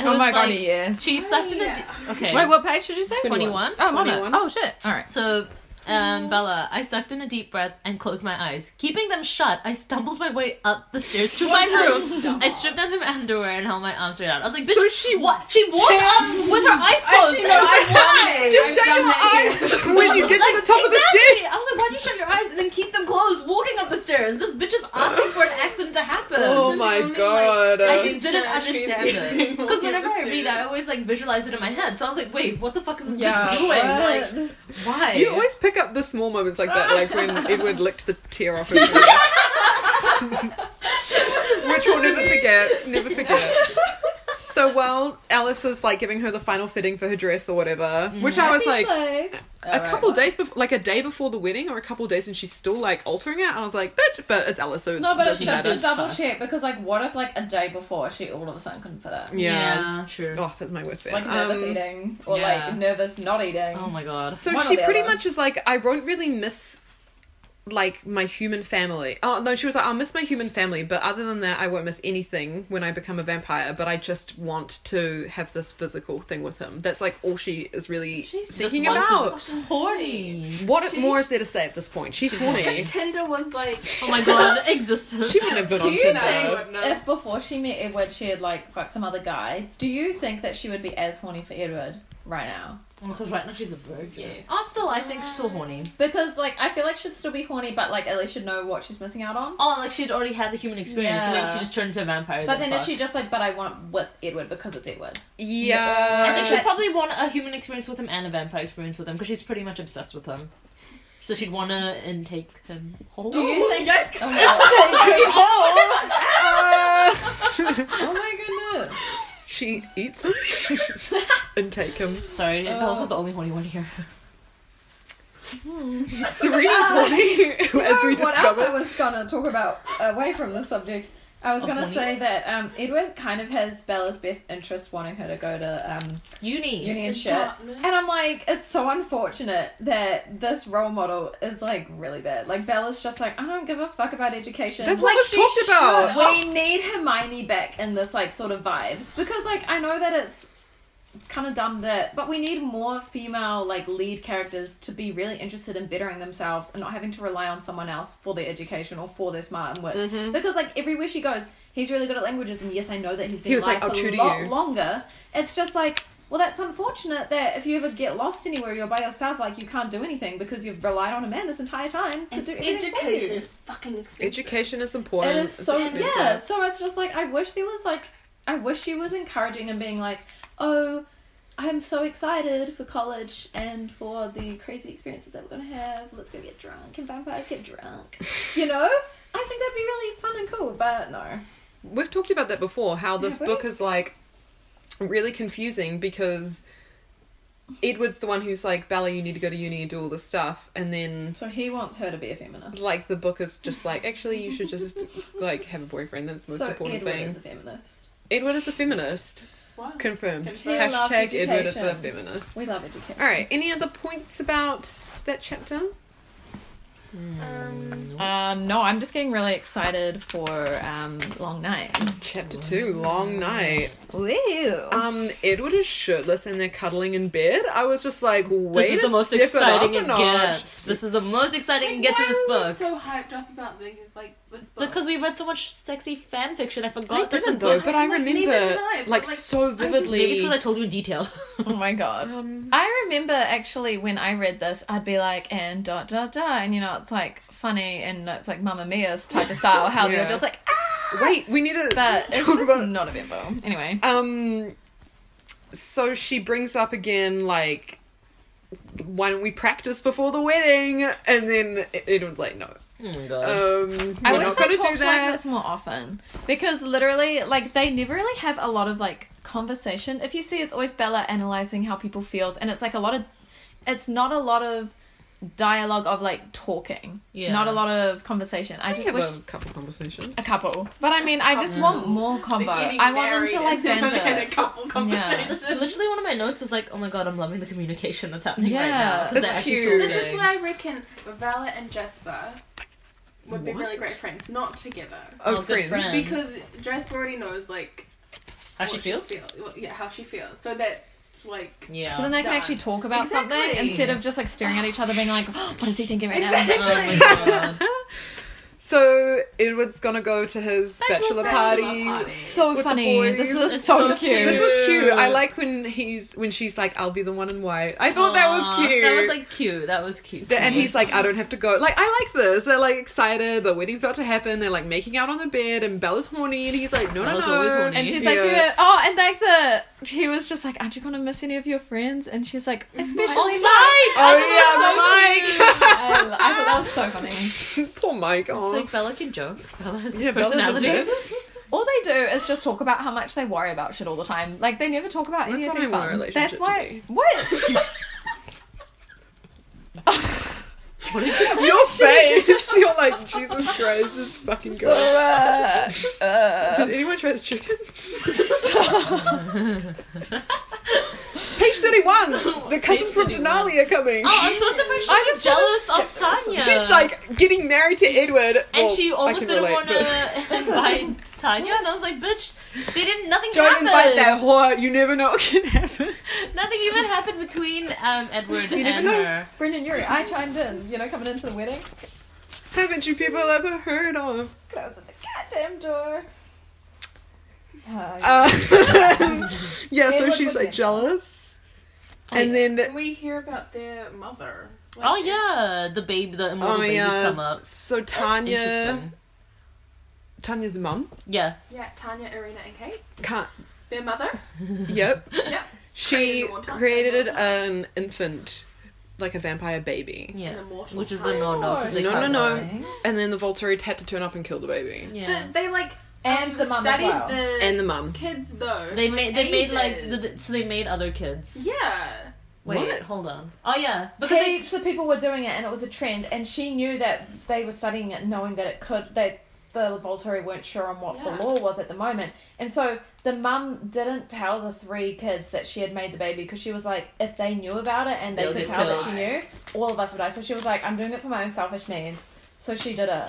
Speaker 3: oh
Speaker 2: was
Speaker 3: my god
Speaker 2: like,
Speaker 3: yeah Oh,
Speaker 2: She sucked in a.
Speaker 4: Yeah.
Speaker 2: D- okay.
Speaker 3: wait what page should you say
Speaker 2: 21.
Speaker 3: oh I'm on it.
Speaker 1: 21.
Speaker 3: oh shit all right
Speaker 2: So, um, Bella, I sucked in a deep breath and closed my eyes. Keeping them shut, I stumbled my way up the stairs to my room. I stripped down to my underwear and held my arms straight out. I was like, bitch,
Speaker 1: So she-
Speaker 2: what? She walked up with her eyes closed.
Speaker 4: Actually, no, I
Speaker 1: Just shut your eyes when you get to the top of the
Speaker 2: Exactly.
Speaker 1: stairs.
Speaker 2: I was like, why do you shut your eyes and then keep them closed walking up the stairs? This bitch is asking for an accident to happen.
Speaker 1: Oh
Speaker 4: is
Speaker 1: my
Speaker 4: only, like,
Speaker 1: god.
Speaker 2: I
Speaker 1: uh,
Speaker 2: just didn't
Speaker 4: Yeah, she's
Speaker 2: understand it.
Speaker 4: getting
Speaker 2: Because whenever I
Speaker 4: walking
Speaker 2: read that, I always like visualize it in my head. So I was like, wait, what the fuck is this
Speaker 3: Yeah.
Speaker 2: bitch doing? Like, why?
Speaker 1: You always pick up the small moments like that, like when Edward licked the tear off his ear. Which we'll never forget. Never forget. So while Alice is like giving her the final fitting for her dress or whatever,
Speaker 3: Mm.
Speaker 1: which I was like a couple days before, like a day before the wedding or a couple days, and she's still like altering it. I was like, bitch, but it's Alice, so
Speaker 3: no but it's
Speaker 1: doesn't
Speaker 3: just
Speaker 1: matter.
Speaker 3: a
Speaker 2: matter.
Speaker 3: double
Speaker 2: Fast.
Speaker 3: check because like what if like a day before she all of a sudden couldn't fit it
Speaker 1: yeah.
Speaker 2: true.
Speaker 1: Oh, that's my worst fear.
Speaker 3: like nervous
Speaker 1: Um,
Speaker 3: eating or
Speaker 2: yeah.
Speaker 3: like nervous not eating
Speaker 2: Oh my god.
Speaker 1: So
Speaker 3: One or
Speaker 1: she
Speaker 3: the
Speaker 1: pretty
Speaker 3: other.
Speaker 1: much is like, I won't really miss like my human family. Oh no, she was like, I'll miss my human family, but other than that, I won't miss anything when I become a vampire. But I just want to have this physical thing with him. That's like all she is really
Speaker 4: She's just
Speaker 1: thinking
Speaker 2: one
Speaker 1: about.
Speaker 2: She's horny.
Speaker 1: What
Speaker 4: She's-
Speaker 1: more is there to say at this point? She's horny.
Speaker 4: If Tinder was like,
Speaker 2: Oh my god, existence.
Speaker 1: She wouldn't have been
Speaker 3: Do
Speaker 1: on
Speaker 3: you
Speaker 1: Tinder.
Speaker 4: think- No.
Speaker 3: If before she met Edward, she had like fucked some other guy, do you think that she would be as horny for Edward right now?
Speaker 2: Because right now she's a virgin.
Speaker 4: Yes.
Speaker 2: Oh, still, I think she's still horny.
Speaker 3: Because like I feel like she'd still be horny, but like at least she'd know what she's missing out on.
Speaker 2: Oh, like she'd already had the human experience, so maybe
Speaker 3: Yeah.
Speaker 2: she just turned into a vampire.
Speaker 3: But then is
Speaker 2: fuck.
Speaker 3: she just like, but I want with Edward because it's Edward?
Speaker 1: yeah.
Speaker 2: I think she'd probably want a human experience with him and a vampire experience with him because she's pretty much obsessed with him. So she'd want to intake him whole.
Speaker 3: Do you think? Oh my,
Speaker 1: Oh.
Speaker 3: oh my goodness!
Speaker 1: she eats him and take him.
Speaker 2: Sorry, uh, Bella's not the only horny one here.
Speaker 1: Serena's horny, as we
Speaker 3: You know what else I
Speaker 1: discovered.
Speaker 3: was gonna talk about away from the subject. I was
Speaker 2: Of
Speaker 3: gonna
Speaker 2: horny.
Speaker 3: say that um, Edward kind of has Bella's best interest, wanting her to go to um,
Speaker 2: Uni.
Speaker 3: uni and
Speaker 4: To
Speaker 3: shit.
Speaker 4: Dartmouth.
Speaker 3: And I'm like, it's so unfortunate that this role model is like really bad. Like Bella's just like, I don't give a fuck about education.
Speaker 1: That's
Speaker 3: like,
Speaker 1: what was
Speaker 3: she
Speaker 1: talked about.
Speaker 3: should. We need Hermione back in this like sort of vibes because like I know that it's kind of dumb that, but we need more female like lead characters to be really interested in bettering themselves and not having to rely on someone else for their education or for their smart and wits.
Speaker 1: Mm-hmm.
Speaker 3: Because like everywhere she goes, he's really good at languages, and yes, I know that he's been
Speaker 1: He was
Speaker 3: alive
Speaker 1: like, "I'll
Speaker 3: for
Speaker 1: tutor
Speaker 3: a lot
Speaker 1: you."
Speaker 3: longer. It's just like, well, that's unfortunate that if you ever get lost anywhere, you're by yourself. Like you can't do anything because you've relied on a man this entire time to do everything for you.
Speaker 4: education is fucking expensive.
Speaker 1: Education is
Speaker 3: It
Speaker 1: important.
Speaker 3: is so
Speaker 1: It's expensive.
Speaker 3: yeah. So it's just like I wish there was like I wish she was encouraging and being like, oh, I'm so excited for college and for the crazy experiences that we're gonna have. Let's go get drunk and vampires get drunk. You know, I think that'd be really fun and cool. But no,
Speaker 1: We've talked about that before. How this
Speaker 3: Have we?
Speaker 1: book is like really confusing because Edward's the one who's like, Bella, you need to go to uni and do all this stuff, and then
Speaker 3: So he wants her to be a feminist.
Speaker 1: like the book is just like, actually, you should just like have a boyfriend. That's the most
Speaker 3: so
Speaker 1: important
Speaker 3: Edward
Speaker 1: thing.
Speaker 3: is a feminist.
Speaker 1: Edward is a feminist.
Speaker 4: What?
Speaker 1: Confirmed.
Speaker 4: Confirmed.
Speaker 3: He loves
Speaker 1: Hashtag Edward is a
Speaker 3: education.
Speaker 1: feminist.
Speaker 3: We love education.
Speaker 1: All right. Any other points about that chapter?
Speaker 4: Um,
Speaker 3: Um, no, I'm just getting really excited for um, Long Night.
Speaker 1: Chapter two, long night.
Speaker 3: Woo!
Speaker 1: Um, Edward is shirtless and they're cuddling in bed. I was just like, wait,
Speaker 2: this is the most
Speaker 1: step
Speaker 2: exciting
Speaker 1: it, up
Speaker 2: it
Speaker 1: a notch.
Speaker 2: gets. This is the most exciting it
Speaker 4: like,
Speaker 2: gets in
Speaker 4: Um, why
Speaker 2: this
Speaker 4: are we
Speaker 2: book.
Speaker 4: so hyped up about things like this book.
Speaker 2: Because we read so much sexy fan fiction, I
Speaker 1: I
Speaker 2: forgot. that
Speaker 1: didn't
Speaker 2: the
Speaker 1: though,
Speaker 2: book-
Speaker 1: but I
Speaker 4: Like, neither
Speaker 1: remember
Speaker 4: did I,
Speaker 1: like,
Speaker 4: but, like,
Speaker 1: so
Speaker 2: Maybe it's
Speaker 1: vividly.
Speaker 2: because I told you in detail.
Speaker 3: Oh my god.
Speaker 1: um,
Speaker 3: I remember actually when I read this, I'd be like, and dot dot dot, and you know, it's like funny and it's like Mamma Mia's type of style, how
Speaker 1: Yeah.
Speaker 3: they're just like, ah!
Speaker 1: wait, we need to
Speaker 3: But it's
Speaker 1: talk
Speaker 3: just
Speaker 1: about.
Speaker 3: not a bimbo. Anyway.
Speaker 1: Um, so she brings up again like, why don't we practice before the wedding? And then Ed- Edward's like, no,
Speaker 2: oh my god.
Speaker 1: um,
Speaker 3: I
Speaker 1: we're
Speaker 3: wish
Speaker 1: not
Speaker 3: they
Speaker 1: gonna
Speaker 3: talked
Speaker 1: do
Speaker 3: like
Speaker 1: that.
Speaker 3: this more often because literally, like, they never really have a lot of like conversation. If you see, it's always Bella analyzing how people feels, and it's like a lot of, it's not a lot of dialogue of like talking.
Speaker 2: Yeah.
Speaker 3: Not a lot of conversation. I
Speaker 1: We
Speaker 3: just
Speaker 1: have
Speaker 3: wish
Speaker 1: a couple conversations.
Speaker 3: a couple, but I mean, I just want more
Speaker 4: They're
Speaker 3: combo.
Speaker 4: getting
Speaker 3: I want them to
Speaker 4: married
Speaker 3: like
Speaker 4: and then they had
Speaker 3: banter.
Speaker 4: a couple conversations.
Speaker 2: This- literally one of my notes is like, oh my god, I'm loving the communication that's happening right
Speaker 3: Yeah.
Speaker 2: now. 'cause
Speaker 1: That's
Speaker 2: they're actually
Speaker 1: cute.
Speaker 4: This is
Speaker 2: talking.
Speaker 4: what I reckon Vala and Jasper would be
Speaker 1: What?
Speaker 4: really great friends, not together.
Speaker 1: Oh,
Speaker 2: Oh, good
Speaker 1: friends.
Speaker 2: friend. Friends.
Speaker 4: Because Jasper already knows like
Speaker 2: How
Speaker 4: what
Speaker 2: she feels?
Speaker 4: feel- what- yeah, how she feels. So that like
Speaker 2: Yeah.
Speaker 3: So then they can
Speaker 4: Done.
Speaker 3: actually talk about something
Speaker 4: Exactly.
Speaker 3: instead of just like staring at each other, being like, oh, "What is he thinking right
Speaker 2: oh
Speaker 3: now?"
Speaker 2: my god.
Speaker 1: So Edward's gonna go to his bachelor,
Speaker 4: Bachelor
Speaker 1: party.
Speaker 4: party.
Speaker 3: So
Speaker 1: With the
Speaker 3: Oh, funny. This
Speaker 1: boys.
Speaker 3: is
Speaker 2: It's
Speaker 3: so,
Speaker 2: so
Speaker 3: cute.
Speaker 2: cute.
Speaker 1: This was cute. I like when he's when she's like, "I'll be the one in white." I thought that was
Speaker 2: Aw,
Speaker 1: cute.
Speaker 2: That was like cute. That was cute.
Speaker 1: The- and he's like, "I don't have to go." Like I like this. They're like excited. The wedding's about to happen. They're like making out on the bed, and Bella's horny, and he's like, "No,
Speaker 2: Bella's
Speaker 1: no, no."
Speaker 2: always horny.
Speaker 3: And she's like,
Speaker 1: Yeah.
Speaker 3: to her, oh, and like the he was just like, aren't you gonna miss any of your friends? And she's like, especially
Speaker 2: oh,
Speaker 3: Mike.
Speaker 1: Oh
Speaker 2: Mike! I
Speaker 1: yeah, Mike.
Speaker 2: thought that was so
Speaker 3: I, lo- I thought that was so funny.
Speaker 1: Poor Mike.
Speaker 2: cute. It's
Speaker 1: Oh.
Speaker 2: like Bella can joke. Bella has
Speaker 1: Yeah, Bella's a
Speaker 2: personality.
Speaker 1: bit.
Speaker 3: All they do is just talk about how much they worry about shit all the time. Like they never talk about
Speaker 1: That's
Speaker 3: any
Speaker 1: what
Speaker 3: of
Speaker 1: I
Speaker 3: their
Speaker 1: want a
Speaker 3: fun.
Speaker 1: relationship
Speaker 3: That's
Speaker 1: to
Speaker 3: why.
Speaker 1: be. Oh
Speaker 3: What?
Speaker 2: what did you say?
Speaker 1: Your face. You're like, Jesus Christ, this fucking
Speaker 3: so,
Speaker 1: girl.
Speaker 3: uh, uh,
Speaker 1: Did anyone try the chicken? Page 31! The cousins from
Speaker 2: 31.
Speaker 1: Denali are coming.
Speaker 2: Oh, I'm so surprised she
Speaker 3: I
Speaker 2: was
Speaker 3: just
Speaker 2: jealous
Speaker 3: wanna
Speaker 2: of Tanya.
Speaker 1: She's like getting married to Edward.
Speaker 2: and
Speaker 1: Well,
Speaker 2: she
Speaker 1: I
Speaker 2: almost
Speaker 1: can
Speaker 2: didn't
Speaker 1: relate,
Speaker 2: want
Speaker 1: but-
Speaker 2: to invite Tanya, and I was like, bitch, they didn't, nothing
Speaker 1: Don't
Speaker 2: happened.
Speaker 1: invite that whore. You never know what can happen.
Speaker 2: Nothing even happened between um, Edward
Speaker 1: You never
Speaker 2: and
Speaker 1: know.
Speaker 2: her.
Speaker 3: Brendan, you're. I chimed in. You know, coming into the wedding.
Speaker 1: Haven't you people ever heard of?
Speaker 3: Closing the goddamn door. Uh,
Speaker 1: Uh, yeah, so
Speaker 3: Edward
Speaker 1: she's
Speaker 3: would
Speaker 1: like
Speaker 3: never.
Speaker 1: jealous.
Speaker 3: Oh,
Speaker 1: And
Speaker 4: Can
Speaker 1: then.
Speaker 4: we hear about their mother? Like,
Speaker 2: Oh yeah, the babe, the immortal
Speaker 1: Oh,
Speaker 2: babies come
Speaker 1: yeah.
Speaker 2: up.
Speaker 1: So Tanya.
Speaker 2: Interesting.
Speaker 1: Tanya's mum.
Speaker 2: Yeah.
Speaker 4: Yeah, Tanya, Irina, and Kate.
Speaker 1: Can't.
Speaker 4: Their mother.
Speaker 1: Yep.
Speaker 4: yeah.
Speaker 1: She
Speaker 4: Created a water.
Speaker 1: created an infant, like a vampire baby.
Speaker 2: Yeah.
Speaker 4: An immortal
Speaker 2: Which is a
Speaker 4: child.
Speaker 3: Oh,
Speaker 2: no no. 'cause they
Speaker 1: No, no,
Speaker 2: can't
Speaker 1: no.
Speaker 2: die.
Speaker 1: And then the Volturi had to turn up and kill the baby.
Speaker 2: Yeah.
Speaker 4: The- they like
Speaker 3: And
Speaker 4: um,
Speaker 3: the mum as
Speaker 4: studied
Speaker 3: well.
Speaker 4: the
Speaker 1: And the mum.
Speaker 4: kids though.
Speaker 2: They
Speaker 4: for
Speaker 2: made they made like
Speaker 4: ages.
Speaker 2: the, the- so they made other kids.
Speaker 4: yeah.
Speaker 2: Wait,
Speaker 1: What?
Speaker 2: hold on. Oh yeah, because they,
Speaker 3: heaps of people were doing it and it was a trend and she knew that they were studying it knowing that it could that the Volturi weren't sure on what
Speaker 4: Yeah.
Speaker 3: the law was at the moment and so the mum didn't tell the three kids that she had made the baby because she was like if they knew about it and they
Speaker 2: They'll
Speaker 3: could
Speaker 2: get
Speaker 3: tell that
Speaker 2: killed.
Speaker 3: she knew all of us would die so she was like I'm doing it for my own selfish needs so she did it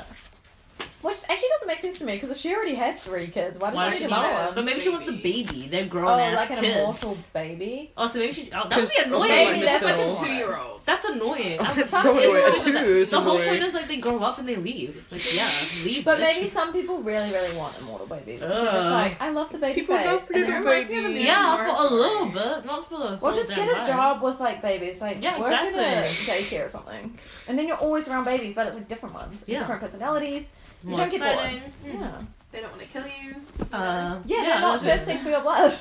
Speaker 3: which actually doesn't make sense to me because if she already had three kids why did
Speaker 2: why
Speaker 3: she
Speaker 2: does she
Speaker 3: need
Speaker 2: need
Speaker 3: another
Speaker 4: that?
Speaker 3: one
Speaker 2: it? But maybe she wants a
Speaker 4: Baby.
Speaker 2: baby. They're grown
Speaker 3: oh
Speaker 2: ass
Speaker 3: like an
Speaker 2: kids.
Speaker 3: immortal baby
Speaker 2: Oh, so maybe she. Oh, that would be
Speaker 1: Just-
Speaker 2: annoying.
Speaker 1: Maybe
Speaker 4: that's like
Speaker 1: Matilda.
Speaker 4: a two-year-old.
Speaker 2: That's annoying.
Speaker 1: Oh,
Speaker 2: I'm
Speaker 1: that's
Speaker 2: sorry,
Speaker 1: so
Speaker 2: it's
Speaker 1: annoying.
Speaker 2: stupid that-
Speaker 1: Too is
Speaker 2: the whole
Speaker 1: annoying.
Speaker 2: point is like they grow up and they leave. Like yeah, leave.
Speaker 3: But
Speaker 2: bitch.
Speaker 3: maybe some people really, really want immortal babies. It's just
Speaker 2: Ugh.
Speaker 3: like, I love the baby
Speaker 1: People
Speaker 3: face.
Speaker 1: love
Speaker 3: and
Speaker 1: little
Speaker 3: then-
Speaker 4: reminds me of
Speaker 1: babies.
Speaker 4: American
Speaker 2: yeah,
Speaker 4: Horror
Speaker 2: for a little
Speaker 4: Story.
Speaker 2: bit, not for the.
Speaker 3: Well,
Speaker 2: whole
Speaker 3: just
Speaker 2: damn
Speaker 3: get a
Speaker 2: life.
Speaker 3: job with like babies, like
Speaker 2: Yeah,
Speaker 3: work in a
Speaker 2: exactly.
Speaker 3: daycare or something, and then you're always around babies, but it's like different ones, and
Speaker 2: Yeah.
Speaker 3: different personalities. You
Speaker 2: More
Speaker 3: don't get bored.
Speaker 2: exciting.
Speaker 3: Yeah,
Speaker 4: They don't want to kill you.
Speaker 2: Uh,
Speaker 3: yeah, they're not
Speaker 2: that's it.
Speaker 3: thirsting for your blood.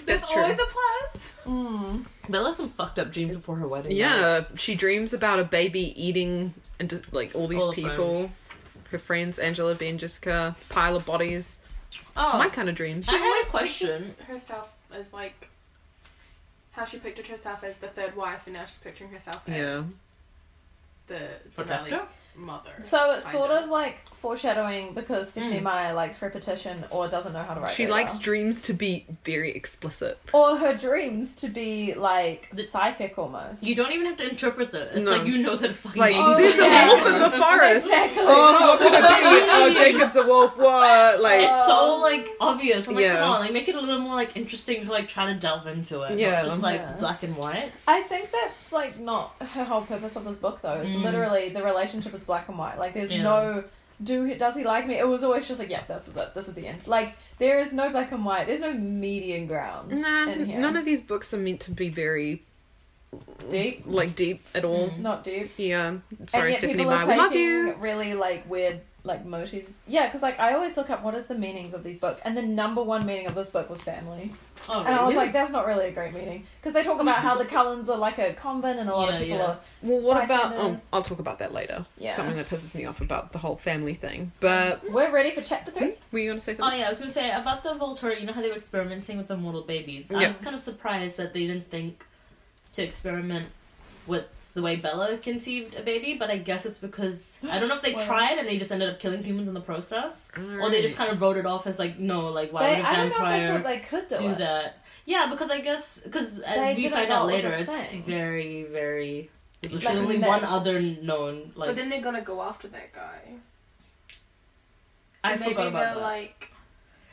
Speaker 4: There's
Speaker 1: true.
Speaker 4: always a plus.
Speaker 3: mm.
Speaker 2: Bella has some fucked up dreams before her wedding.
Speaker 1: Yeah, she dreams about a baby eating and just, like all these
Speaker 2: All the
Speaker 1: people, her friends Angela, Ben, Jessica, pile of bodies.
Speaker 2: Oh,
Speaker 1: My kind of dreams.
Speaker 2: I
Speaker 4: She
Speaker 2: had a
Speaker 4: always
Speaker 2: question.
Speaker 4: pictures herself as like how she pictured herself as the third wife, and now she's picturing herself
Speaker 1: Yeah.
Speaker 4: as the
Speaker 2: Protector?
Speaker 4: Denali's mother.
Speaker 3: So it's
Speaker 4: Kind
Speaker 3: sort
Speaker 4: of.
Speaker 3: of like foreshadowing because Stephanie
Speaker 2: Mm.
Speaker 3: Meyer likes repetition or doesn't know how to write.
Speaker 1: She
Speaker 3: very
Speaker 1: likes
Speaker 3: well.
Speaker 1: dreams to be very explicit.
Speaker 4: Oh,
Speaker 3: or her dreams to be like
Speaker 2: The-
Speaker 3: psychic almost.
Speaker 2: you don't even have to interpret it. It's
Speaker 1: No.
Speaker 2: like you know that it fucking
Speaker 1: Like,
Speaker 2: means
Speaker 3: Oh,
Speaker 1: there's
Speaker 3: yeah.
Speaker 1: a wolf in the forest.
Speaker 3: exactly.
Speaker 1: Oh, what could it be? Oh, Jacob's a wolf. What? Like,
Speaker 2: it's
Speaker 3: um,
Speaker 2: so like obvious. I'm like,
Speaker 1: Yeah.
Speaker 2: come on, like make it a little more like interesting to like try to delve into it. Yeah,
Speaker 1: Yeah.
Speaker 2: just like
Speaker 3: Yeah.
Speaker 2: black and white.
Speaker 3: I think that's like not her whole purpose of this book though. It's
Speaker 2: Mm.
Speaker 3: literally the relationship is black and white. Like there's
Speaker 2: Yeah.
Speaker 3: no do does he like me? It was always just like, yep, this was it. This is the end. Like there is no black and white. There's no median ground.
Speaker 1: nah,
Speaker 3: in here.
Speaker 1: none of these books are meant to be very
Speaker 3: Deep.
Speaker 1: like deep at all.
Speaker 3: Not deep.
Speaker 1: Yeah. Sorry,
Speaker 3: and yet
Speaker 1: Stephanie
Speaker 3: people are
Speaker 1: Meyer. We
Speaker 3: taking
Speaker 1: love you.
Speaker 3: really like weird like motives. Yeah, because like I always look up what is the meanings of these books, and the number one meaning of this book was family.
Speaker 2: Oh,
Speaker 3: And I was
Speaker 2: really?
Speaker 3: like, that's not really a great meaning because they talk about how the Cullens are like a convent, and a lot
Speaker 2: Yeah,
Speaker 3: of people
Speaker 2: yeah.
Speaker 3: are
Speaker 1: Well, what
Speaker 3: Why
Speaker 1: about? Um,
Speaker 3: sinners?
Speaker 1: I'll talk about that later.
Speaker 3: Yeah.
Speaker 1: Something that pisses me off about the whole family thing. But hmm?
Speaker 3: We're ready for chapter three.
Speaker 1: were you going to say
Speaker 2: Oh
Speaker 1: something?
Speaker 2: yeah, I was gonna say about the Voltura. You know how they were experimenting with the mortal babies. I
Speaker 1: Yeah.
Speaker 2: was kind of surprised that they didn't think to experiment with the way Bella conceived a baby, but I guess it's because I don't know if they
Speaker 3: Spoiler.
Speaker 2: tried and they just ended up killing humans in the process,
Speaker 3: Oh,
Speaker 2: or they
Speaker 1: Alright.
Speaker 2: just kind of wrote it off as like, no, like why
Speaker 3: They-
Speaker 2: would a
Speaker 3: I don't know if
Speaker 2: vampire
Speaker 3: they thought they could do,
Speaker 2: do
Speaker 3: it.
Speaker 2: that? Yeah, because I guess because as
Speaker 3: They
Speaker 2: we
Speaker 3: didn't
Speaker 2: find
Speaker 3: know
Speaker 2: out
Speaker 3: it was a
Speaker 2: later, it's
Speaker 3: thing.
Speaker 2: very very. There's
Speaker 3: Like
Speaker 2: literally only one
Speaker 3: sex.
Speaker 2: other known like.
Speaker 4: but then they're gonna go after that guy. So
Speaker 2: I
Speaker 4: maybe
Speaker 2: forgot about
Speaker 4: they're
Speaker 2: that.
Speaker 4: like
Speaker 2: but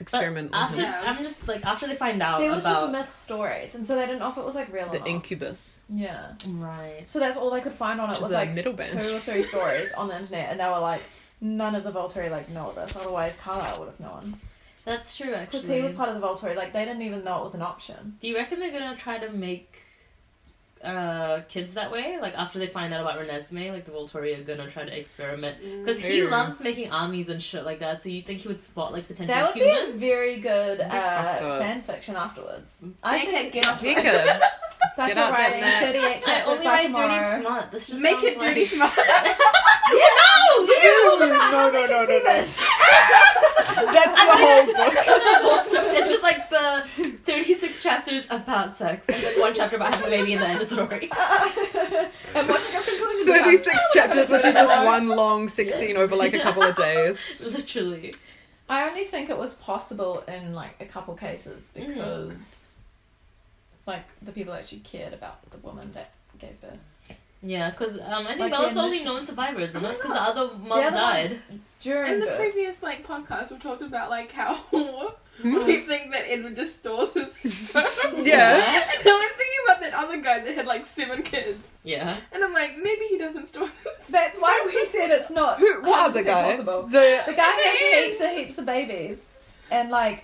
Speaker 1: Experiment with
Speaker 2: after
Speaker 4: Yeah.
Speaker 2: I'm just like after they find out
Speaker 3: There was
Speaker 2: about
Speaker 3: just myth stories, and so they didn't know if it was like real. or
Speaker 1: the
Speaker 3: not.
Speaker 1: incubus.
Speaker 3: Yeah.
Speaker 2: right.
Speaker 3: So that's all they could find on it
Speaker 1: Which
Speaker 3: was
Speaker 1: is a
Speaker 3: like
Speaker 1: middle band.
Speaker 3: two or three stories on the internet, and they were like, none of the Volturi like know this. Otherwise, Carlisle would have known
Speaker 2: That's true actually.
Speaker 3: because he was part of the Volturi. Like they didn't even know it was an option.
Speaker 2: Do you reckon they're gonna try to make uh kids that way? Like after they find out about Renesmee, like the Volturi are gonna try to experiment because he
Speaker 1: Mm.
Speaker 2: loves making armies and shit like that. So you think he would spot like potential
Speaker 3: That would
Speaker 2: humans?
Speaker 3: be a very good
Speaker 1: They
Speaker 3: uh,
Speaker 1: fucked up.
Speaker 3: fan fiction afterwards. I
Speaker 4: Make
Speaker 3: think
Speaker 4: it get off
Speaker 1: Jacob. That's
Speaker 3: start
Speaker 1: Get
Speaker 3: your
Speaker 1: out that
Speaker 3: writing
Speaker 1: mat.
Speaker 3: thirty-eight
Speaker 2: I
Speaker 3: chapters
Speaker 2: only
Speaker 3: by
Speaker 2: write dirty
Speaker 3: tomorrow.
Speaker 2: smart. This just
Speaker 4: make it
Speaker 2: sounds like-
Speaker 4: dirty smart.
Speaker 3: No, you
Speaker 1: Ew,
Speaker 3: talk about
Speaker 1: no,
Speaker 3: how
Speaker 1: no,
Speaker 3: they
Speaker 1: no, no,
Speaker 3: conceive
Speaker 1: no.
Speaker 3: it.
Speaker 1: the whole book.
Speaker 2: it's just like the thirty-six chapters about sex and then one chapter about having a baby and the end of the story.
Speaker 3: and what your conclusions are.
Speaker 1: Thirty-six chapters, which is just one long sex scene over like a couple of days.
Speaker 2: Literally.
Speaker 3: I only think it was possible in like a couple cases
Speaker 4: Mm.
Speaker 3: because, like, the people actually cared about the woman that gave birth.
Speaker 2: Yeah, because um, I think
Speaker 3: Like
Speaker 2: that was
Speaker 3: the
Speaker 2: the only
Speaker 3: initial-
Speaker 2: known survivor, isn't
Speaker 3: Oh my
Speaker 2: it? Because the other mom
Speaker 3: The other
Speaker 2: died.
Speaker 3: During
Speaker 4: In the
Speaker 3: birth.
Speaker 4: previous like podcast, we talked about like how we think that Edward just stores his sperm.
Speaker 1: Yeah.
Speaker 4: And now I'm thinking about that other guy that had like seven kids,
Speaker 2: Yeah.
Speaker 4: and I'm like, maybe he doesn't store his.
Speaker 3: That's why we said it's not.
Speaker 1: Who, what other
Speaker 3: 100%
Speaker 1: guy?
Speaker 3: Possible. The
Speaker 1: The
Speaker 3: guy
Speaker 4: And then-
Speaker 3: has heaps and heaps of babies, and like,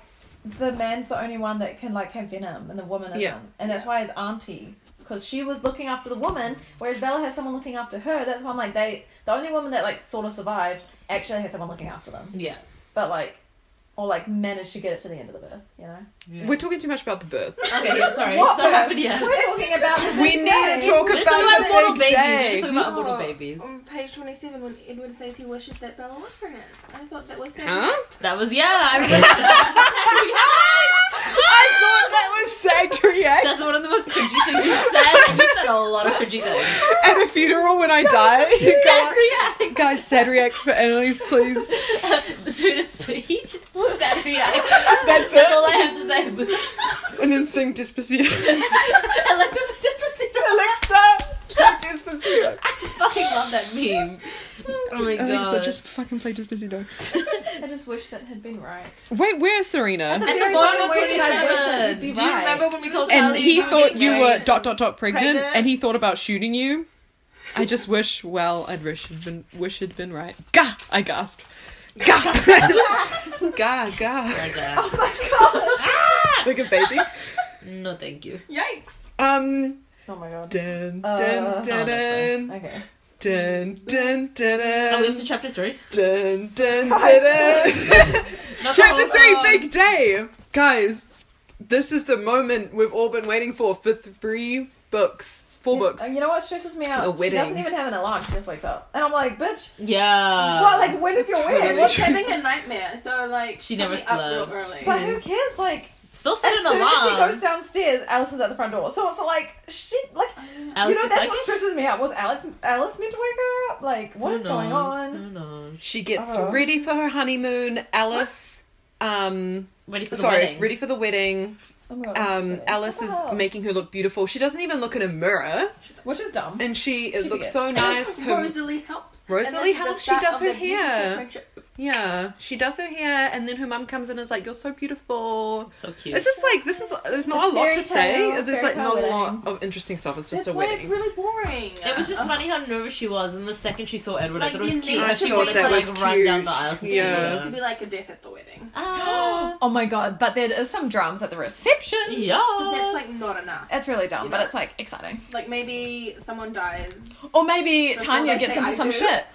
Speaker 3: the man's the only one that can like have venom, and the woman isn't.
Speaker 1: Yeah.
Speaker 3: And that's why his auntie, because she was looking after the woman, whereas Bella has someone looking after her. That's why I'm like, they the only woman that like sort of survived actually had someone looking after them,
Speaker 2: Yeah.
Speaker 3: but like, or like managed to get it to the end of the birth, you know.
Speaker 2: yeah.
Speaker 1: we're talking too much about the birth.
Speaker 2: Okay, yeah, sorry.
Speaker 3: What?
Speaker 2: So happened, yeah.
Speaker 3: We're talking about the
Speaker 1: We
Speaker 3: big
Speaker 1: need to
Speaker 3: day.
Speaker 1: talk
Speaker 2: We're
Speaker 1: about
Speaker 2: just talking about mortal
Speaker 1: the big
Speaker 2: babies. We're just
Speaker 1: day.
Speaker 2: talking about mortal
Speaker 4: Oh,
Speaker 2: babies.
Speaker 4: On page 27, when Edward says he wishes that Bella was pregnant, I thought that was sad.
Speaker 1: Huh?
Speaker 2: That was yeah. I remember. that.
Speaker 1: Ah! I thought that was Sagriac
Speaker 2: That's one of the most cringy things you said. And you said a lot of cringy things.
Speaker 1: at a funeral when I die. You
Speaker 2: Sad
Speaker 1: can't-
Speaker 2: react.
Speaker 1: Guys, Sagriac for Annalise, please.
Speaker 2: Sweetest speech. Sad react.
Speaker 1: That's
Speaker 2: That's all
Speaker 1: it.
Speaker 2: I have to say.
Speaker 1: And then sing Despacito.
Speaker 2: Elizabeth Despacito.
Speaker 1: Alexa, play Despacito.
Speaker 2: I fucking love that meme. Oh my god.
Speaker 1: Alexa, just fucking play Despacito.
Speaker 3: I just wish that had been right.
Speaker 1: Wait, where's Serena?
Speaker 2: At the
Speaker 3: Very
Speaker 2: bottom of
Speaker 3: funny way that I wish that
Speaker 2: 27.
Speaker 3: you'd be
Speaker 2: Do you
Speaker 3: right.
Speaker 2: remember when we told
Speaker 1: And
Speaker 2: Sally
Speaker 1: he
Speaker 2: were
Speaker 1: thought
Speaker 2: getting
Speaker 1: you
Speaker 2: married?
Speaker 1: were dot dot dot pregnant,
Speaker 4: Pregnant.
Speaker 1: and he thought about shooting you. I just wish, well, I'd wish had been wish had been right. Gah! I gasped. Gah! gah! Gah!
Speaker 2: Like
Speaker 3: Oh
Speaker 2: that.
Speaker 1: Like a baby.
Speaker 2: No, thank you.
Speaker 4: Yikes!
Speaker 1: Um.
Speaker 3: Oh my god.
Speaker 1: Dun
Speaker 3: Uh,
Speaker 1: dun dun
Speaker 3: oh,
Speaker 1: dun
Speaker 3: Okay.
Speaker 1: dun dun dun
Speaker 2: Are we up to
Speaker 1: dun
Speaker 2: chapter three?
Speaker 1: dun dun dun.
Speaker 2: Not the
Speaker 1: Chapter
Speaker 2: whole-
Speaker 1: three,
Speaker 2: Oh.
Speaker 1: big day, guys. This is the moment we've all been waiting for for three books. Four
Speaker 3: You-
Speaker 1: books.
Speaker 3: You know what stresses me out?
Speaker 1: A
Speaker 3: She doesn't
Speaker 1: wedding.
Speaker 3: even have an alarm. She just wakes up, and I'm like, bitch.
Speaker 2: Yeah.
Speaker 3: what? Like, when is
Speaker 1: it's
Speaker 3: your
Speaker 1: totally
Speaker 3: wedding?
Speaker 4: I
Speaker 1: It's
Speaker 4: was
Speaker 3: What's
Speaker 1: true.
Speaker 3: happening?
Speaker 4: having a nightmare, so like
Speaker 2: She never
Speaker 4: probably up real
Speaker 2: slept.
Speaker 4: early.
Speaker 3: But who cares? Like,
Speaker 2: Still set
Speaker 3: as
Speaker 2: an
Speaker 3: soon as she goes
Speaker 2: alarm.
Speaker 3: downstairs, Alice is at the front door. So it's like, she like,
Speaker 2: Alice
Speaker 3: you know,
Speaker 2: is
Speaker 3: that's
Speaker 2: like,
Speaker 3: what stresses me out. Was Alex Alice meant to wake her up? Like, what
Speaker 2: Who
Speaker 3: is going
Speaker 2: knows?
Speaker 3: on?
Speaker 2: Who knows?
Speaker 1: She gets
Speaker 3: Oh.
Speaker 1: ready for her honeymoon. Alice, um,
Speaker 2: Ready for the
Speaker 1: sorry,
Speaker 2: wedding.
Speaker 1: ready for the wedding.
Speaker 3: Oh my God, I'm
Speaker 1: Um,
Speaker 3: sorry.
Speaker 1: Alice
Speaker 3: What
Speaker 1: is
Speaker 3: the hell?
Speaker 1: making her look beautiful. She doesn't even look in a mirror,
Speaker 3: which is dumb.
Speaker 1: and she it
Speaker 3: She
Speaker 1: looks
Speaker 3: forgets.
Speaker 1: so nice. Her-
Speaker 4: Rosalie helps.
Speaker 1: Rosalie
Speaker 4: And this is the
Speaker 1: helps, she
Speaker 4: start
Speaker 1: does
Speaker 4: of
Speaker 1: her
Speaker 4: the beautiful
Speaker 1: hair.
Speaker 4: friendship.
Speaker 1: yeah, she does her hair, and then her mum comes in and is like, "You're so beautiful."
Speaker 2: So cute.
Speaker 1: It's just like this is. There's not
Speaker 3: It's
Speaker 1: a lot
Speaker 3: fairy
Speaker 1: to say.
Speaker 3: tale,
Speaker 1: There's
Speaker 3: fairy
Speaker 1: like
Speaker 3: tale
Speaker 1: not a
Speaker 3: wedding.
Speaker 1: lot of interesting stuff. It's just
Speaker 4: That's
Speaker 1: a
Speaker 4: why it's
Speaker 1: wedding.
Speaker 4: really boring. Uh,
Speaker 2: It was just
Speaker 4: Ugh.
Speaker 2: funny how nervous she was, and the second she saw Edward, I
Speaker 4: Like,
Speaker 2: thought it was
Speaker 4: you
Speaker 2: cute.
Speaker 4: need
Speaker 2: and
Speaker 4: to
Speaker 2: she
Speaker 4: be
Speaker 2: wanted to
Speaker 4: that
Speaker 2: like
Speaker 1: was
Speaker 2: run
Speaker 1: cute.
Speaker 2: down the aisle to see
Speaker 1: Yeah.
Speaker 4: It should be
Speaker 2: him.
Speaker 4: like a death at the wedding.
Speaker 2: Ah,
Speaker 3: oh my god! But there is some drums at the reception.
Speaker 2: yes.
Speaker 3: Oh,
Speaker 4: But that's like not enough.
Speaker 3: It's really dumb,
Speaker 4: You
Speaker 3: but
Speaker 4: know?
Speaker 3: it's like exciting.
Speaker 4: Like maybe someone dies.
Speaker 3: Or maybe
Speaker 4: Before
Speaker 3: Tanya
Speaker 4: they
Speaker 3: gets
Speaker 4: say
Speaker 3: into
Speaker 4: I
Speaker 3: some
Speaker 4: do.
Speaker 3: shit.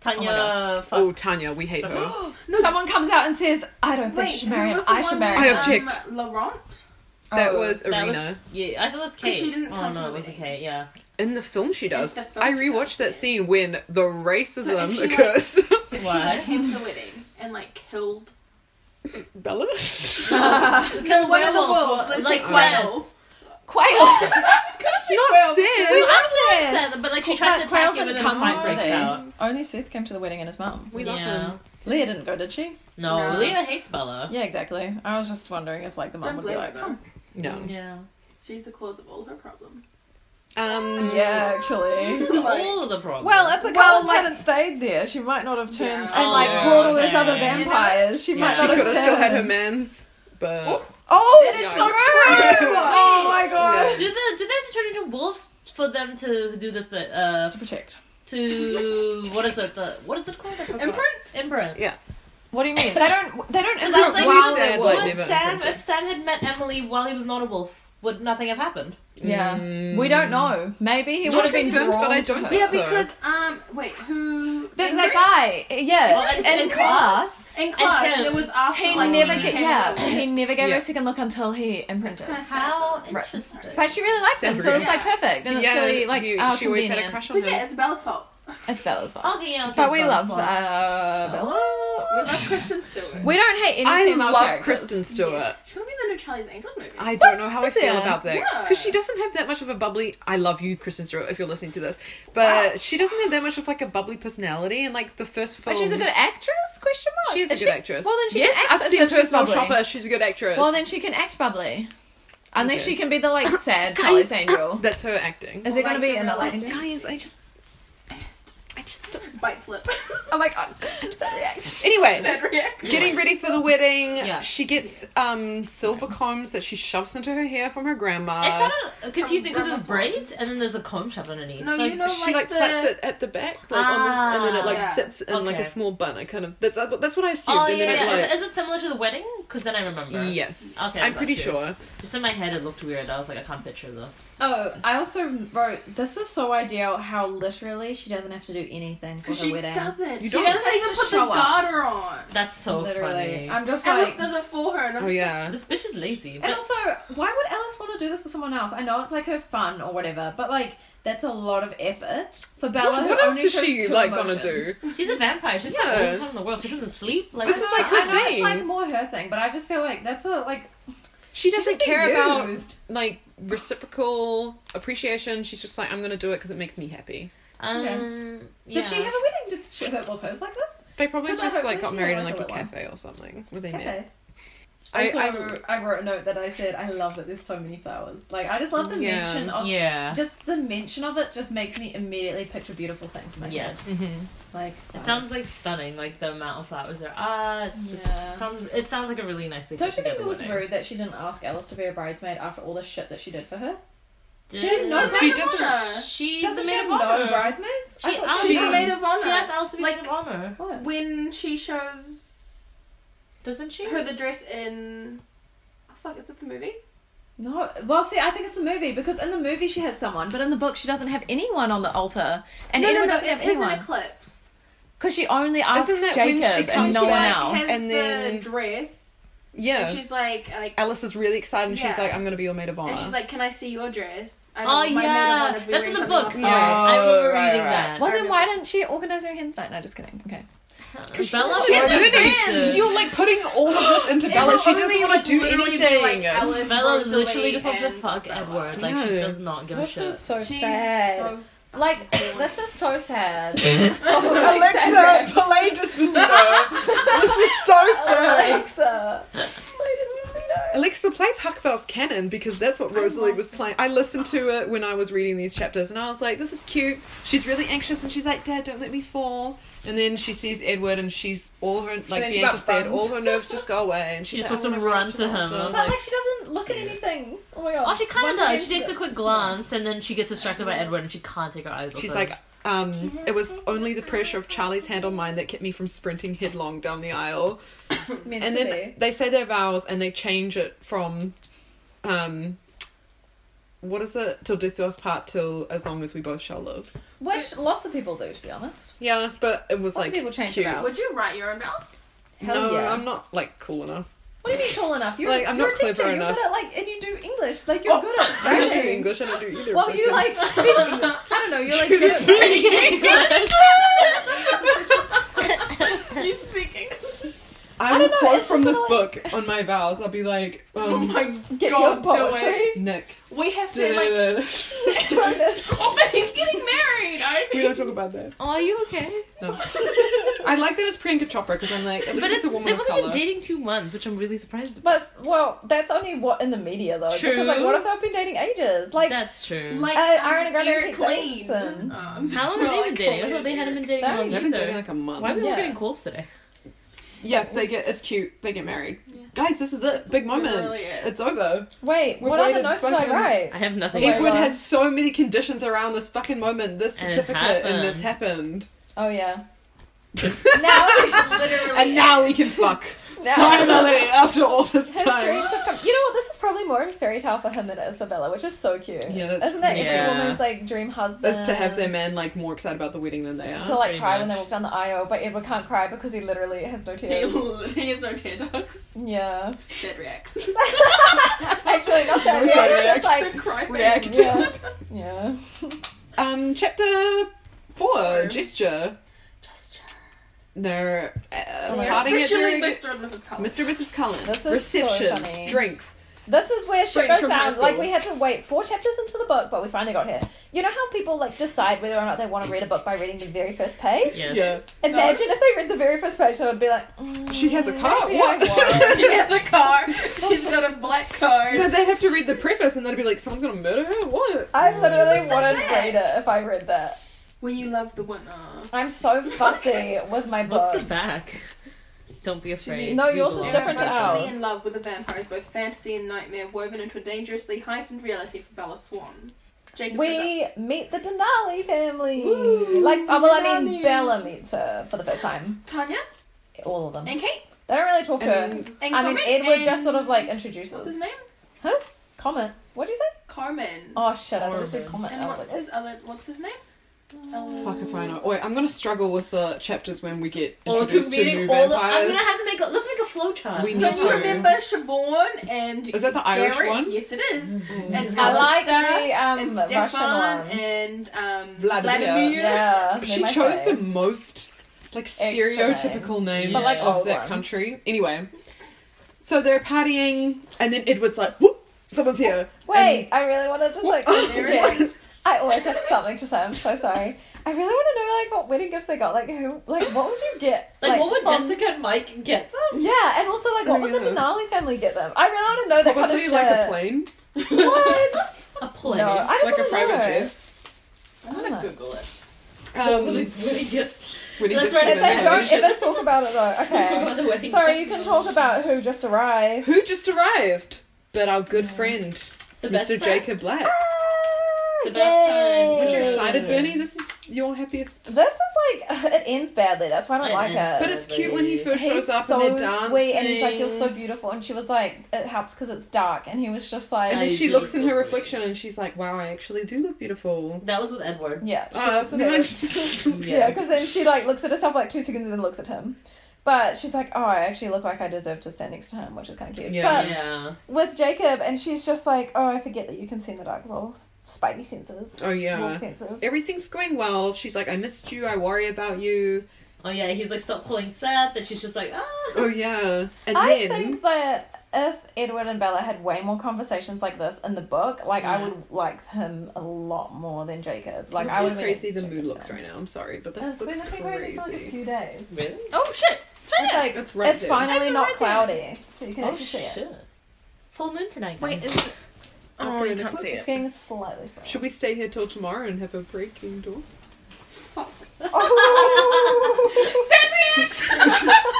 Speaker 2: Tanya.
Speaker 3: Oh
Speaker 2: fucks
Speaker 1: Oh, Tanya, we hate
Speaker 2: someone.
Speaker 1: her.
Speaker 4: No.
Speaker 3: Someone comes out and says, "I don't think
Speaker 4: Wait,
Speaker 3: she should marry
Speaker 4: who
Speaker 3: him.
Speaker 4: was the
Speaker 3: I should
Speaker 4: one
Speaker 3: marry
Speaker 4: that,
Speaker 1: I
Speaker 3: him."
Speaker 1: object.
Speaker 4: Um, Laurent.
Speaker 1: That
Speaker 3: Oh.
Speaker 1: was
Speaker 2: That
Speaker 1: Arena.
Speaker 2: was, yeah, I thought it was
Speaker 4: 'Cause
Speaker 2: Kate.
Speaker 4: she didn't
Speaker 2: oh
Speaker 4: come to
Speaker 2: no,
Speaker 4: the
Speaker 2: it was
Speaker 4: wedding.
Speaker 2: Kate. Yeah.
Speaker 1: In the film, she does.
Speaker 4: the film
Speaker 1: I
Speaker 4: she
Speaker 1: rewatched
Speaker 4: does,
Speaker 1: that
Speaker 4: yes.
Speaker 1: scene when the racism
Speaker 4: So is she, like-
Speaker 1: occurs.
Speaker 4: If
Speaker 2: Why?
Speaker 4: she came to the wedding and like killed
Speaker 1: Bella?
Speaker 2: No,
Speaker 4: one of the
Speaker 2: werewolf,
Speaker 4: wolves, let's
Speaker 2: like
Speaker 4: say
Speaker 2: quail.
Speaker 4: quail.
Speaker 3: Quail.
Speaker 1: Not
Speaker 2: Well,
Speaker 1: Sid!
Speaker 2: I'm so upset, but like she tries to
Speaker 3: But Quail
Speaker 2: attack him, and
Speaker 3: didn't
Speaker 2: then
Speaker 3: come,
Speaker 2: fight
Speaker 3: did
Speaker 2: breaks
Speaker 3: they?
Speaker 2: out.
Speaker 3: Only Seth came to the wedding and his mum.
Speaker 1: We love
Speaker 2: yeah.
Speaker 1: him.
Speaker 3: Leah didn't go, did she?
Speaker 2: No,
Speaker 4: No.
Speaker 2: Leah hates Bella.
Speaker 3: Yeah, exactly. I was just wondering if like the mum
Speaker 4: Don't
Speaker 3: would be
Speaker 4: blame
Speaker 3: like,
Speaker 4: her. though.
Speaker 1: No.
Speaker 2: Yeah.
Speaker 4: She's the cause of all her problems.
Speaker 1: Um,
Speaker 3: "Oh, yeah, actually.
Speaker 4: Like-
Speaker 2: All of the problems.
Speaker 3: Well, if the
Speaker 4: Well,
Speaker 3: Cullens
Speaker 4: like-
Speaker 3: hadn't stayed there, she might not have turned
Speaker 4: Yeah.
Speaker 3: and like
Speaker 1: Oh,
Speaker 3: brought all those
Speaker 2: okay.
Speaker 3: other
Speaker 2: You know what?
Speaker 3: vampires. She might
Speaker 2: Yeah.
Speaker 1: she
Speaker 3: not
Speaker 1: could
Speaker 3: have
Speaker 1: have still had her
Speaker 3: turned.
Speaker 1: mans, but.
Speaker 3: Oh,
Speaker 4: That
Speaker 1: is
Speaker 3: true.
Speaker 1: true.
Speaker 3: oh my god.
Speaker 2: do the do they have to turn into wolves for them to do the th- uh
Speaker 3: To protect.
Speaker 2: to what is it the what is it called? I forgot.
Speaker 4: Imprint?
Speaker 2: Imprint.
Speaker 1: Yeah.
Speaker 3: What do you mean? They don't. They don't.
Speaker 2: Because I was like,
Speaker 1: Imprint. Wolves
Speaker 2: wow,
Speaker 1: dead,
Speaker 2: would
Speaker 1: like, never
Speaker 2: Sam
Speaker 1: imprinted.
Speaker 2: if Sam had met Emily while he was not a wolf, would nothing have happened?
Speaker 3: yeah,
Speaker 1: Mm.
Speaker 3: we don't know. Maybe he
Speaker 2: Not
Speaker 3: would have been
Speaker 1: confirmed,
Speaker 3: drawn.
Speaker 1: but I
Speaker 3: to
Speaker 1: don't
Speaker 3: her.
Speaker 1: think
Speaker 4: Yeah,
Speaker 1: so.
Speaker 4: because um, wait, who?
Speaker 3: That,
Speaker 4: Ingrid?
Speaker 3: that guy, yeah,
Speaker 2: Well,
Speaker 3: in
Speaker 2: and
Speaker 3: class,
Speaker 4: in class.
Speaker 2: Kim.
Speaker 4: It was after
Speaker 3: he
Speaker 4: like,
Speaker 3: never
Speaker 4: he
Speaker 3: get,
Speaker 4: came
Speaker 3: yeah,
Speaker 4: out.
Speaker 3: he never gave her
Speaker 1: Yeah.
Speaker 3: a second look until he imprinted.
Speaker 4: Kinda sad,
Speaker 2: How
Speaker 4: though.
Speaker 3: Right.
Speaker 2: interesting.
Speaker 3: But she really liked him, so it's like
Speaker 4: Yeah.
Speaker 3: perfect, and
Speaker 1: yeah,
Speaker 3: it's really like
Speaker 1: he-
Speaker 3: our
Speaker 1: she always had a
Speaker 3: convenient.
Speaker 1: crush
Speaker 4: So
Speaker 1: on him.
Speaker 4: yeah, it's Belle's fault.
Speaker 3: It's Bella's fault,
Speaker 2: okay, yeah, okay.
Speaker 3: but we
Speaker 2: it's
Speaker 3: love
Speaker 2: Bella's fault.
Speaker 3: uh,
Speaker 4: We
Speaker 3: Bella.
Speaker 4: love Kristen Stewart.
Speaker 3: We don't hate any
Speaker 1: I
Speaker 3: female
Speaker 1: love
Speaker 3: characters.
Speaker 1: Kristen Stewart.
Speaker 4: Yeah. She's gonna be in the new Charlie's Angels movie.
Speaker 1: I
Speaker 3: What?
Speaker 1: don't know how I
Speaker 3: Is
Speaker 1: feel
Speaker 3: there?
Speaker 1: about that
Speaker 4: Yeah.
Speaker 1: because she doesn't have that much of a bubbly. I love you, Kristen Stewart, if you're listening to this, but she doesn't have that much of like a bubbly personality. And like the first film,
Speaker 3: But she's a good actress? Question mark.
Speaker 1: She is a
Speaker 3: Is
Speaker 1: good
Speaker 3: she-
Speaker 1: actress.
Speaker 3: Well, then she
Speaker 1: yes,
Speaker 3: can act
Speaker 1: I've
Speaker 3: as
Speaker 1: seen
Speaker 3: if she's
Speaker 1: Personal
Speaker 3: bubbly.
Speaker 1: Shopper. She's a good actress.
Speaker 3: Well, then she can act bubbly, unless
Speaker 1: Okay.
Speaker 3: she can be the like sad Charlie's Angel.
Speaker 1: that's her acting.
Speaker 3: Is it going to be
Speaker 4: Like the
Speaker 3: another?
Speaker 4: real-
Speaker 3: Angel?
Speaker 1: Guys, I just, I just, I just. Don't...
Speaker 4: Bites lip.
Speaker 3: Oh my god, sad reaction.
Speaker 1: Anyway,
Speaker 4: Sad react.
Speaker 1: Getting ready for the wedding,
Speaker 2: Yeah.
Speaker 1: she gets um silver combs that she shoves into her hair from her grandma.
Speaker 3: Uh,
Speaker 2: It's kind of confusing because there's
Speaker 4: From Brahma
Speaker 2: braids and then there's a comb shoved underneath.
Speaker 4: No,
Speaker 2: so
Speaker 4: you know,
Speaker 1: she
Speaker 4: like,
Speaker 1: like,
Speaker 4: the.
Speaker 1: plaits it at the back, like on this, and then it like
Speaker 4: Ah, yeah.
Speaker 1: sits in like a
Speaker 2: Okay.
Speaker 1: small bun. I kind of that's that's what I assumed.
Speaker 2: Oh
Speaker 1: and
Speaker 2: yeah,
Speaker 1: then
Speaker 2: yeah.
Speaker 1: it,
Speaker 2: Is, it- is it similar to the wedding? Because then I remember.
Speaker 1: like, yes,
Speaker 2: Okay,
Speaker 1: I'm
Speaker 2: got
Speaker 1: pretty
Speaker 2: you.
Speaker 1: sure.
Speaker 2: Just in my head, it looked weird. I was like, I can't picture this.
Speaker 3: Oh, I also wrote this is so ideal how literally she doesn't have to do anything for her
Speaker 4: Because she
Speaker 3: wedding.
Speaker 4: doesn't.
Speaker 1: You
Speaker 4: she
Speaker 1: don't
Speaker 4: doesn't
Speaker 3: have
Speaker 4: even
Speaker 3: to
Speaker 4: put the
Speaker 3: show up.
Speaker 4: garter on.
Speaker 2: That's so
Speaker 3: literally,
Speaker 2: funny.
Speaker 3: I'm just
Speaker 4: Alice
Speaker 3: like.
Speaker 4: does it for her, and I'm
Speaker 1: Oh
Speaker 4: just
Speaker 1: yeah,
Speaker 2: This bitch is lazy.
Speaker 3: and
Speaker 2: But
Speaker 3: also, why would Alice want to do this for someone else? I know it's like her fun or whatever, but like that's a lot of effort for Bella.
Speaker 1: what,
Speaker 3: who
Speaker 1: what else
Speaker 3: only
Speaker 1: is
Speaker 3: shows
Speaker 1: she
Speaker 3: two
Speaker 1: like
Speaker 3: emotions.
Speaker 1: gonna do?
Speaker 2: she's a vampire. She's got all
Speaker 1: Yeah.
Speaker 2: the time in the world. She doesn't sleep. Like
Speaker 1: This
Speaker 2: I
Speaker 1: is
Speaker 2: know-
Speaker 1: like
Speaker 3: I
Speaker 1: her
Speaker 3: know
Speaker 1: thing.
Speaker 3: it's like more her thing, but I just feel like that's a like
Speaker 1: She
Speaker 3: she's
Speaker 1: doesn't
Speaker 3: being
Speaker 1: care about
Speaker 3: used.
Speaker 1: like reciprocal appreciation. She's just like I'm gonna do it because it makes me happy.
Speaker 2: Um, yeah.
Speaker 3: Did she have a wedding? Did she that was hers like this?
Speaker 1: They probably
Speaker 3: 'Cause I
Speaker 1: just
Speaker 3: hope
Speaker 1: like
Speaker 3: that
Speaker 1: got
Speaker 3: she
Speaker 1: married in
Speaker 3: liked
Speaker 1: like a
Speaker 3: that one.
Speaker 1: cafe or something where they met.
Speaker 3: Okay.
Speaker 1: I-
Speaker 3: Also, I,
Speaker 1: I-
Speaker 3: wrote a note that I said I love that there's so many flowers. Like I just love the
Speaker 1: Yeah.
Speaker 3: mention of
Speaker 2: Yeah.
Speaker 3: just the mention of it just makes me immediately picture beautiful things in my
Speaker 2: Yeah.
Speaker 3: head.
Speaker 1: Mm-hmm.
Speaker 3: Like
Speaker 2: It sounds like stunning. Like the amount of flowers there are. It's just
Speaker 3: Yeah.
Speaker 2: it sounds. It sounds like a really nice thing.
Speaker 3: Don't you think it was rude that she didn't ask Alice to be a bridesmaid after all the shit that she did for her?
Speaker 2: She
Speaker 3: She has no
Speaker 2: doesn't.
Speaker 1: She
Speaker 4: Maid of
Speaker 1: doesn't-
Speaker 4: honor.
Speaker 2: She's
Speaker 3: Doesn't
Speaker 2: a
Speaker 3: she
Speaker 2: maid
Speaker 3: have
Speaker 2: of
Speaker 3: no
Speaker 2: honor.
Speaker 3: bridesmaids?
Speaker 2: She
Speaker 3: thought
Speaker 1: asked-
Speaker 4: She's
Speaker 1: She-
Speaker 4: a maid of honor.
Speaker 2: She asked Alice to be
Speaker 4: Like-
Speaker 2: maid of honor.
Speaker 3: What?
Speaker 4: when she shows
Speaker 2: Doesn't she?
Speaker 4: her the dress in. Oh fuck, is that the movie?
Speaker 3: No. Well, see, I think it's the movie because in the movie she has someone, but in the book she doesn't have anyone on the altar, and
Speaker 4: no,
Speaker 3: Edward
Speaker 4: no, no,
Speaker 3: doesn't
Speaker 4: it
Speaker 3: have
Speaker 4: is an
Speaker 3: anyone
Speaker 4: eclipse.
Speaker 3: because she only asks
Speaker 1: Isn't that when
Speaker 3: Jacob
Speaker 1: she
Speaker 3: and Oh.
Speaker 1: comes
Speaker 3: no
Speaker 1: to,
Speaker 3: one
Speaker 1: like,
Speaker 3: else.
Speaker 4: Has
Speaker 1: And
Speaker 4: the
Speaker 1: then-
Speaker 4: dress. And
Speaker 1: yeah.
Speaker 4: she's like, like,
Speaker 1: Alice is really excited and she's
Speaker 4: Yeah.
Speaker 1: like, I'm going to be your maid
Speaker 3: Oh.
Speaker 1: of honor.
Speaker 4: and she's like, "Can I see your dress?" I
Speaker 2: Oh
Speaker 4: want my maid of honor
Speaker 2: yeah,
Speaker 4: to be
Speaker 2: that's in the
Speaker 4: wearing
Speaker 2: book.
Speaker 4: something
Speaker 2: Yeah,
Speaker 4: off
Speaker 2: I remember
Speaker 1: Oh, right,
Speaker 2: reading
Speaker 1: right.
Speaker 2: that.
Speaker 3: Well, then why didn't she organize her hens night? No, just kidding. Okay.
Speaker 1: Because
Speaker 2: Bella
Speaker 1: she's, she's
Speaker 2: was
Speaker 1: learning.
Speaker 2: offensive.
Speaker 1: You're like putting all of this into Bella. She doesn't want to do anything.
Speaker 2: Bella literally just wants to fuck
Speaker 4: Edward.
Speaker 2: Edward. Like she
Speaker 1: No.
Speaker 2: does not give a
Speaker 3: This
Speaker 2: shit.
Speaker 3: is so
Speaker 4: She's
Speaker 3: sad.
Speaker 4: so-
Speaker 3: Like, this is so sad. so
Speaker 1: Alexa, play Despacito. this is so sad.
Speaker 3: Alexa. Alexa.
Speaker 1: Alexa, play Puckbell's Canon because that's what Rosalie was playing. I listened to it when I was reading these chapters and I was like, this is cute. She's really anxious and she's like, Dad, don't let me fall. And then she sees Edward and she's all her, like
Speaker 3: then she
Speaker 1: Bianca
Speaker 3: got
Speaker 1: said,
Speaker 3: buns.
Speaker 1: all her nerves just go away. And she's
Speaker 2: She just
Speaker 1: like,
Speaker 2: wants to
Speaker 1: "I wanna
Speaker 2: run
Speaker 1: go
Speaker 2: to him."
Speaker 1: Elsa."
Speaker 2: I was
Speaker 3: But like she doesn't look at anything. Oh my god.
Speaker 2: Oh, she kind of
Speaker 3: Once
Speaker 2: does.
Speaker 3: again,
Speaker 2: She takes a quick glance and then she gets distracted by Edward and she can't take her eyes off
Speaker 1: She's
Speaker 2: him.
Speaker 1: like, um, it was only the pressure of Charlie's hand on mine that kept me from sprinting headlong down the aisle.
Speaker 3: meant
Speaker 1: And
Speaker 3: to
Speaker 1: then
Speaker 3: be.
Speaker 1: they say their vows and they change it from, um, what is it? Till death do us part, till as long as we both shall live.
Speaker 3: which lots of people do, to be honest.
Speaker 1: Yeah, but it was
Speaker 3: Lots of
Speaker 1: like
Speaker 3: people change
Speaker 1: cute.
Speaker 3: their vows.
Speaker 4: Would you write your own vows?
Speaker 3: Hell
Speaker 1: no,
Speaker 3: yeah.
Speaker 1: I'm not like cool enough.
Speaker 3: What do you mean tall enough? You're,
Speaker 1: Like, I'm
Speaker 3: you're
Speaker 1: not
Speaker 3: a teacher.
Speaker 1: clever
Speaker 3: you're
Speaker 1: enough. Oh,
Speaker 3: good at like, and you do English. Like you're good at
Speaker 1: I don't
Speaker 3: writing.
Speaker 1: do English. I don't do either. of
Speaker 3: Well,
Speaker 1: those
Speaker 3: you
Speaker 1: things.
Speaker 3: like I don't know. You're like good at
Speaker 4: You speaking?
Speaker 1: I,
Speaker 3: I
Speaker 1: will
Speaker 3: don't know,
Speaker 1: quote
Speaker 3: it's
Speaker 1: from
Speaker 3: just
Speaker 1: this
Speaker 3: sort
Speaker 1: book on my vows. I'll be like,
Speaker 4: Oh
Speaker 1: um,
Speaker 4: my
Speaker 3: get
Speaker 4: god,
Speaker 3: your
Speaker 4: do
Speaker 3: poetry.
Speaker 4: it.
Speaker 1: Nick.
Speaker 4: We have to like. Oh, but he's getting married. I
Speaker 1: we don't talk about that.
Speaker 2: oh, are you okay?
Speaker 1: I like that it's Priyanka Chopra because I'm like, at
Speaker 2: But
Speaker 1: least it's
Speaker 2: it's,
Speaker 1: a
Speaker 2: they've
Speaker 1: woman of
Speaker 2: only
Speaker 1: color.
Speaker 2: been dating two months, which I'm really surprised about.
Speaker 3: But well, that's only what in the media though.
Speaker 2: True.
Speaker 3: Because like, what if they've been dating ages? Like,
Speaker 2: That's true.
Speaker 4: Like
Speaker 3: Uh, Ariana Grande
Speaker 4: Eric
Speaker 3: and Pete
Speaker 4: Clapton.
Speaker 3: Davidson.
Speaker 4: Um,
Speaker 2: How
Speaker 4: well,
Speaker 2: long have they been
Speaker 4: I
Speaker 2: dating? I
Speaker 4: call
Speaker 2: thought they
Speaker 4: it
Speaker 2: hadn't been
Speaker 4: Eric.
Speaker 2: dating
Speaker 3: They've
Speaker 2: long
Speaker 1: They've been dating
Speaker 2: either.
Speaker 1: like a month.
Speaker 2: Why are we all
Speaker 3: Yeah.
Speaker 2: getting calls today?
Speaker 1: Yeah, they get it's cute. They get married. Guys, this is it. Big moment.
Speaker 4: It really is.
Speaker 1: It's over.
Speaker 3: wait,
Speaker 1: We've
Speaker 3: what other
Speaker 1: waited
Speaker 3: notes did I
Speaker 1: fucking-
Speaker 3: write?
Speaker 2: I have nothing.
Speaker 3: It
Speaker 2: to
Speaker 1: Edward
Speaker 3: well.
Speaker 1: had so many conditions around this fucking moment, this
Speaker 2: And it
Speaker 1: certificate, and it's happened.
Speaker 3: Oh yeah. now,
Speaker 4: Literally.
Speaker 1: And now we can fuck.
Speaker 3: now
Speaker 1: Finally, after all this
Speaker 3: his
Speaker 1: time.
Speaker 3: dreams have come. You know what? This is probably more of a fairy tale for him than it is for Bella, which is so cute.
Speaker 1: Yeah, that's-
Speaker 3: isn't that
Speaker 2: Yeah.
Speaker 3: every woman's like dream husband?
Speaker 1: Is to have their man like more excited about the wedding than they
Speaker 3: To
Speaker 1: are.
Speaker 3: like
Speaker 2: Pretty
Speaker 3: cry when
Speaker 2: much.
Speaker 3: they walk down the aisle, but Edward can't cry because he literally has no
Speaker 4: He
Speaker 3: tears.
Speaker 4: literally has no tear ducts.
Speaker 3: yeah,
Speaker 4: That reacts.
Speaker 3: actually, not that.
Speaker 1: Suicide
Speaker 3: Yeah, it's just
Speaker 1: reaction.
Speaker 3: like
Speaker 4: The cry face.
Speaker 1: React.
Speaker 3: yeah, yeah.
Speaker 1: Um, chapter four,
Speaker 4: Four.
Speaker 1: gesture.
Speaker 4: Gesture.
Speaker 1: They're uh,
Speaker 3: my
Speaker 1: parting at
Speaker 4: Officially,
Speaker 1: their
Speaker 4: Mr. and Mrs. Collins.
Speaker 1: Mr. and Mrs. Cullen.
Speaker 3: This is so
Speaker 1: Reception,
Speaker 3: funny.
Speaker 1: drinks.
Speaker 3: This is where shit
Speaker 1: Friends
Speaker 3: goes
Speaker 1: from high
Speaker 3: down. Like
Speaker 1: school.
Speaker 3: we had to wait four chapters into the book, but we finally got here. You know how people like decide whether or not they want to read a book by reading the very first page?
Speaker 2: Yes.
Speaker 1: Yeah.
Speaker 3: Imagine if they read the very first page, they would be like, mm,
Speaker 1: She has a car.
Speaker 3: maybe
Speaker 1: What?
Speaker 3: I want.
Speaker 4: She has a car. She's got a black car.
Speaker 1: No, they'd have to read the preface and they'd be like, someone's gonna murder her? What?
Speaker 3: I literally wouldn't
Speaker 4: that.
Speaker 3: read it if I read that.
Speaker 4: Will you love the uh, winner?
Speaker 3: I'm so fussy with my books.
Speaker 2: What's the back? Don't be afraid.
Speaker 3: No, yours
Speaker 2: Google
Speaker 3: is
Speaker 2: it.
Speaker 3: different to
Speaker 4: Eric
Speaker 3: ours.
Speaker 4: deeply in love with the vampire is both fantasy and nightmare woven into a dangerously heightened reality for Bella Swan. Jacob says,
Speaker 3: We meet the Denali family.
Speaker 4: Woo,
Speaker 3: like, oh, well, I mean,
Speaker 4: Denali.
Speaker 3: Bella meets her for the first time.
Speaker 4: Tanya
Speaker 3: All of them.
Speaker 4: and Kate
Speaker 3: They don't really talk to her.
Speaker 1: And
Speaker 4: and
Speaker 3: I mean,
Speaker 4: Carmen
Speaker 3: Edward
Speaker 4: and-
Speaker 3: just sort of like
Speaker 4: What's his
Speaker 3: introduces.
Speaker 4: name?
Speaker 3: Comment. What do you say?
Speaker 4: Carmen.
Speaker 3: Oh shit! I thought you said
Speaker 2: Orville.
Speaker 3: comment.
Speaker 4: and
Speaker 3: I was
Speaker 4: what's
Speaker 3: like,
Speaker 4: his other? What's his name? Um,
Speaker 1: fuck if I know. Wait, I'm gonna struggle with the chapters when we get
Speaker 2: All to
Speaker 1: introduced to, new
Speaker 2: meeting all the. I'm
Speaker 1: vampires.
Speaker 2: gonna have to make. A, let's make a flowchart.
Speaker 1: We
Speaker 4: Don't
Speaker 1: need
Speaker 4: you
Speaker 1: to.
Speaker 4: remember Siobhan and
Speaker 1: Is that the Irish
Speaker 4: Garrett?
Speaker 1: one?
Speaker 4: Yes, it is. And
Speaker 3: I like
Speaker 4: Alistair
Speaker 3: the um,
Speaker 4: and
Speaker 3: Russian
Speaker 4: Stefan
Speaker 3: ones.
Speaker 4: and um,
Speaker 1: Vladimir.
Speaker 3: yeah,
Speaker 1: she
Speaker 3: they're my
Speaker 1: chose the
Speaker 3: fave.
Speaker 1: most like
Speaker 3: Extra
Speaker 1: stereotypical names
Speaker 2: But, like,
Speaker 1: of
Speaker 3: old
Speaker 1: that
Speaker 3: ones.
Speaker 1: country. Anyway, so they're partying, and then Edward's like, "Whoop, someone's here."
Speaker 3: Wait, I really want to just like.
Speaker 4: There
Speaker 3: interject. I always have something to say. I'm so sorry. I really want to know like what wedding gifts they got. Like who? Like what would you get?
Speaker 2: Like, what would
Speaker 3: from-
Speaker 2: Jessica and Mike get them?
Speaker 3: Yeah, and also like what would the
Speaker 1: Yeah.
Speaker 3: Denali family get them? I really want to know that kind of
Speaker 1: Probably
Speaker 3: shit.
Speaker 1: like a plane,
Speaker 3: What?
Speaker 2: A plane.
Speaker 3: No, I just
Speaker 1: like a
Speaker 3: wanna
Speaker 1: private
Speaker 3: know.
Speaker 1: jet.
Speaker 4: I'm gonna Google it.
Speaker 1: Um,
Speaker 2: wedding gifts.
Speaker 1: when he
Speaker 2: That's
Speaker 1: gets
Speaker 2: right,
Speaker 1: to
Speaker 3: If
Speaker 1: the
Speaker 2: that's
Speaker 3: they
Speaker 1: name.
Speaker 3: don't ever talk about it though,
Speaker 2: Talk about
Speaker 3: okay.
Speaker 2: the wedding
Speaker 3: Sorry, you
Speaker 2: gifts.
Speaker 3: can talk about who just arrived.
Speaker 1: Who just arrived? But our good friend,
Speaker 2: The best
Speaker 1: Mr.
Speaker 2: friend?
Speaker 1: Jacob Black.
Speaker 2: It's about time.
Speaker 3: Ah, Yay.
Speaker 1: Aren't
Speaker 2: Would
Speaker 1: you
Speaker 2: Yeah.
Speaker 1: excited, Bernie? This is your happiest.
Speaker 3: This is like it ends badly. That's why I don't
Speaker 2: It
Speaker 3: like
Speaker 2: ends
Speaker 3: it.
Speaker 1: But it's cute when he first
Speaker 3: He's
Speaker 1: shows up
Speaker 3: so
Speaker 1: and they're dancing.
Speaker 3: sweet, and he's like, "You're so beautiful," and she was like, "It helps because it's dark," and he was just like,
Speaker 1: And
Speaker 2: I
Speaker 1: then she
Speaker 2: do
Speaker 1: looks in
Speaker 2: look
Speaker 1: her
Speaker 2: really-
Speaker 1: reflection and she's like, "Wow, I actually do look beautiful."
Speaker 2: That was with Edward.
Speaker 3: "Yeah." She
Speaker 1: Uh,
Speaker 3: looks at
Speaker 1: never
Speaker 3: him.
Speaker 1: mind.
Speaker 2: Yeah.
Speaker 3: Yeah, because then she like looks at herself like two seconds and then looks at him. But she's like, oh, I actually look like I deserve to stand next to him, which is kind of cute.
Speaker 5: Yeah.
Speaker 3: but
Speaker 2: yeah.
Speaker 3: with Jacob, and she's just like, oh, I forget that you can see in the dark little s- spidey senses.
Speaker 5: Oh yeah.
Speaker 3: Wolf senses.
Speaker 1: Everything's going well. She's like, I missed you. I worry about you.
Speaker 2: Oh yeah, he's like stop calling Seth, and she's just like ah.
Speaker 1: Oh yeah. And
Speaker 3: I
Speaker 1: then
Speaker 3: think that if Edward and Bella had way more conversations like this in the book, like
Speaker 1: Mm.
Speaker 3: I would like him a lot more than Jacob. Like
Speaker 1: Look
Speaker 3: I
Speaker 1: how
Speaker 3: would have
Speaker 1: crazy the
Speaker 3: been into
Speaker 1: mood
Speaker 3: Jacob's
Speaker 1: looks
Speaker 3: side.
Speaker 1: right now. I'm sorry, but
Speaker 3: It's
Speaker 1: that
Speaker 3: been
Speaker 1: looks
Speaker 3: looking
Speaker 1: crazy.
Speaker 3: crazy for like a few days.
Speaker 2: Really?
Speaker 3: Oh shit! It's like
Speaker 1: It's
Speaker 3: it's,
Speaker 1: right there.
Speaker 3: finally
Speaker 4: It's
Speaker 3: not
Speaker 4: right
Speaker 3: cloudy, so you can
Speaker 2: Oh
Speaker 3: actually see it.
Speaker 2: shit. Full moon tonight.
Speaker 4: Wait,
Speaker 2: guys.
Speaker 4: is it? Oh, you can't see
Speaker 3: It's
Speaker 4: it.
Speaker 3: getting slightly slower.
Speaker 1: Should we stay here till tomorrow and have a break indoor?
Speaker 3: Oh.
Speaker 1: Sad reaction.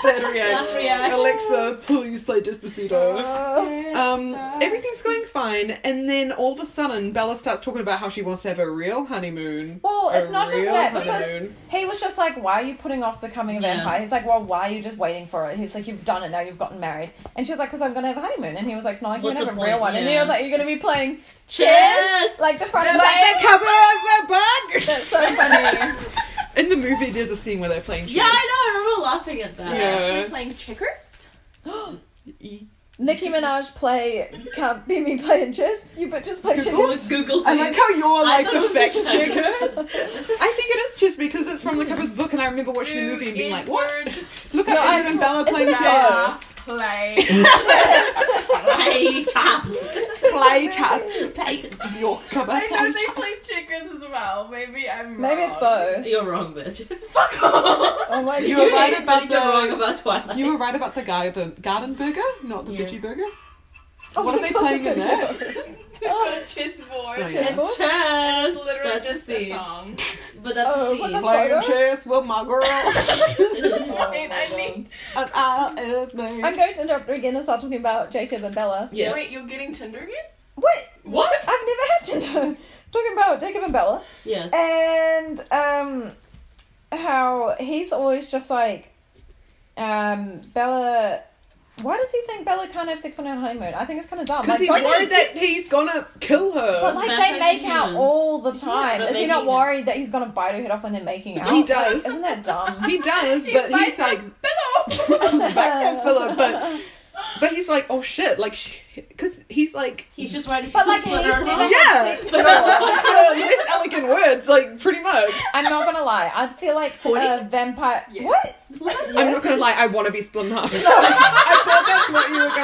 Speaker 3: Sad reaction.
Speaker 1: Alexa, please play Despacito. Um, everything's going fine, and then all of a sudden, Bella starts talking about how she wants to have a real honeymoon.
Speaker 3: Well, it's
Speaker 1: A
Speaker 3: not just
Speaker 1: real
Speaker 3: that because
Speaker 1: honeymoon.
Speaker 3: he was just like, "Why are you putting off becoming a
Speaker 2: Yeah.
Speaker 3: vampire?" He's like, "Well, why are you just waiting for it?" He was like, "You've done it now. You've gotten married." And she was like, "Cause I'm gonna have a honeymoon." And he was like, "It's not like you're
Speaker 2: What's
Speaker 3: gonna
Speaker 2: the
Speaker 3: have a real
Speaker 2: point?
Speaker 3: one." And he
Speaker 2: Yeah.
Speaker 3: was like, "You're gonna be playing
Speaker 2: Chess!
Speaker 3: chess, like the front
Speaker 1: Like
Speaker 3: of the
Speaker 1: the cover of the book.
Speaker 3: That's so funny.
Speaker 1: In the movie, there's a scene where they're playing chess.
Speaker 2: Yeah, I know. I remember laughing at that.
Speaker 1: Yeah.
Speaker 4: Actually playing checkers?
Speaker 1: E-
Speaker 3: Nicki Minaj play can't be me playing chess. You but just play
Speaker 2: Google,
Speaker 3: checkers.
Speaker 2: Google.
Speaker 1: I like how you're
Speaker 2: I
Speaker 1: like
Speaker 2: thought
Speaker 1: the
Speaker 2: it was
Speaker 1: fact
Speaker 2: chess.
Speaker 1: checker. I think it is chess because it's from the cover of the book, and I remember watching the movie and being like, "What? Look at
Speaker 3: No, I-
Speaker 1: Edward and Bella
Speaker 3: isn't
Speaker 1: playing
Speaker 3: it
Speaker 1: chess,
Speaker 4: Play.
Speaker 2: play chaps.
Speaker 1: play chess, play your cover,
Speaker 4: I
Speaker 1: play
Speaker 4: know they play
Speaker 1: chess."
Speaker 4: checkers as well. Maybe I'm
Speaker 3: Maybe it's
Speaker 4: wrong.
Speaker 3: both.
Speaker 2: You're wrong, bitch.
Speaker 4: Fuck off.
Speaker 3: Oh my
Speaker 1: You
Speaker 3: god.
Speaker 1: were right
Speaker 2: You're
Speaker 1: about
Speaker 2: wrong
Speaker 1: the.
Speaker 2: about Twilight.
Speaker 1: You were right about the guy with the garden burger, not the
Speaker 2: Yeah.
Speaker 1: veggie burger.
Speaker 3: Oh
Speaker 1: what
Speaker 3: my
Speaker 1: are they
Speaker 3: God,
Speaker 1: playing
Speaker 3: I
Speaker 1: in
Speaker 3: don't
Speaker 1: there?
Speaker 4: Oh, chessboard.
Speaker 1: Oh, yeah.
Speaker 2: It's chess.
Speaker 4: It's literally
Speaker 2: that's
Speaker 4: just
Speaker 2: a
Speaker 4: the
Speaker 2: scene.
Speaker 4: song.
Speaker 2: But that's
Speaker 3: Oh,
Speaker 2: a
Speaker 3: what
Speaker 2: scene.
Speaker 3: the
Speaker 1: Playing
Speaker 3: Photo?
Speaker 1: chess with my girl, and
Speaker 3: Oh
Speaker 4: Wait,
Speaker 3: my
Speaker 4: I
Speaker 3: God.
Speaker 4: need-
Speaker 1: I is me.
Speaker 3: I'm going to interrupt again and start talking about Jacob and Bella.
Speaker 2: Yes.
Speaker 4: Wait, you're getting Tinder again?
Speaker 3: What?
Speaker 2: What?
Speaker 3: I've never had Tinder. Talking about Jacob and Bella.
Speaker 2: Yes.
Speaker 3: Eh. And um how he's always just like um Bella why does he think Bella can't have sex on her honeymoon? I think it's kinda dumb.
Speaker 1: Because
Speaker 3: Like,
Speaker 1: he's
Speaker 3: don't-
Speaker 1: worried that he's gonna kill
Speaker 3: But
Speaker 1: her.
Speaker 3: like they
Speaker 2: Vampires
Speaker 3: make
Speaker 2: and
Speaker 3: out
Speaker 2: humans.
Speaker 3: all the
Speaker 2: Yeah,
Speaker 3: time.
Speaker 2: but
Speaker 3: Is
Speaker 2: they
Speaker 3: he not
Speaker 2: need it.
Speaker 3: worried that he's gonna bite her head off when they're making out?
Speaker 1: He
Speaker 3: Like,
Speaker 1: does.
Speaker 3: isn't that dumb?
Speaker 1: He does, but
Speaker 4: bites
Speaker 1: he's like
Speaker 4: Pillow.
Speaker 1: back that pillow, but but he's like, oh shit, like, because he's like,
Speaker 2: He's just writing.
Speaker 3: But like he's
Speaker 2: split her
Speaker 3: never
Speaker 2: apart.
Speaker 1: Oh, yeah,
Speaker 3: had
Speaker 1: it's
Speaker 3: sex
Speaker 1: the
Speaker 3: before.
Speaker 1: least elegant words, like pretty much.
Speaker 3: I'm not gonna lie. I feel like
Speaker 2: Horny?
Speaker 3: a vampire.
Speaker 4: Yes.
Speaker 3: What?
Speaker 1: I'm not gonna lie, I want to be split in half. I thought that's what you were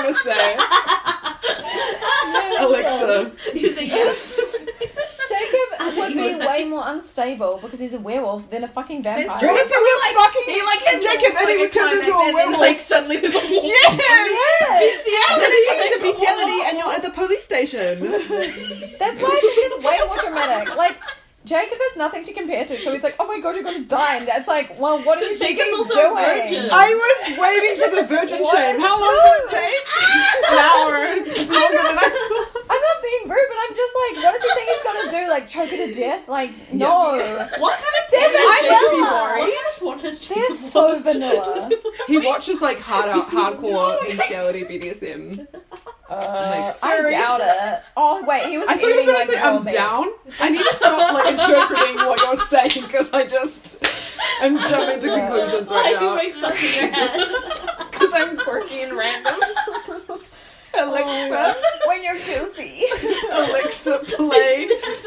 Speaker 1: gonna say, Alexa.
Speaker 2: You're saying yes.
Speaker 3: Jacob would be
Speaker 2: don't know.
Speaker 3: way more unstable because he's a werewolf than a fucking
Speaker 4: That's
Speaker 3: vampire.
Speaker 4: true.
Speaker 1: What if you were fucking
Speaker 4: He like has
Speaker 1: Jacob and he would turn into a werewolf?
Speaker 4: Like suddenly there's a whole
Speaker 1: yes,
Speaker 3: Yes!
Speaker 1: and then he turns into bestiality,
Speaker 2: Oh.
Speaker 1: and you're at the police station.
Speaker 3: That's why I think it's way more dramatic. Like, Jacob has nothing to compare to, so he's like, oh my god, you're gonna die. And that's like, well, what do you
Speaker 2: Because
Speaker 3: think
Speaker 2: Jacob's
Speaker 3: he's
Speaker 2: also a
Speaker 3: doing?
Speaker 2: virgin.
Speaker 1: I was waiting for the virgin
Speaker 3: What?
Speaker 1: shame. How long did it take? An hour. Longer than I
Speaker 3: I'm not being rude, but I'm just like, what does he think he's gonna do? Like, choke her to death? Like, no.
Speaker 2: What kind of
Speaker 3: They're
Speaker 2: porn is
Speaker 1: vanilla. I would be
Speaker 2: Jacob- What
Speaker 1: worried.
Speaker 2: kind of porn is Jacob
Speaker 3: They're so
Speaker 2: watch?
Speaker 3: vanilla.
Speaker 1: He watches like hard out, hardcore bestiality BDSM.
Speaker 3: Uh,
Speaker 1: Like,
Speaker 3: I
Speaker 1: furries.
Speaker 3: doubt it. Oh, wait, he was
Speaker 1: I thought you
Speaker 3: eating
Speaker 1: were gonna
Speaker 3: like
Speaker 1: say
Speaker 3: raw
Speaker 1: I'm
Speaker 3: meat.
Speaker 1: down. I need to stop like interpreting what you're saying because I just am jumping to conclusions
Speaker 2: Why
Speaker 1: right
Speaker 2: you
Speaker 1: now
Speaker 2: wake up in your head?
Speaker 1: because I'm quirky and random. Alexa,
Speaker 3: When you're goofy.
Speaker 1: Alexa, play
Speaker 2: Just-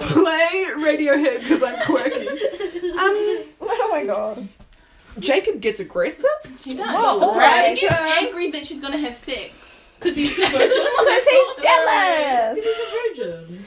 Speaker 1: play Radiohead because I'm quirky. Um,
Speaker 3: oh my god.
Speaker 1: Jacob gets aggressive.
Speaker 4: He does.
Speaker 3: Well,
Speaker 4: Well,
Speaker 3: right.
Speaker 4: He's angry that she's gonna have sex.
Speaker 2: Because he's a virgin.
Speaker 3: Because he's jealous.
Speaker 2: Because he's a virgin.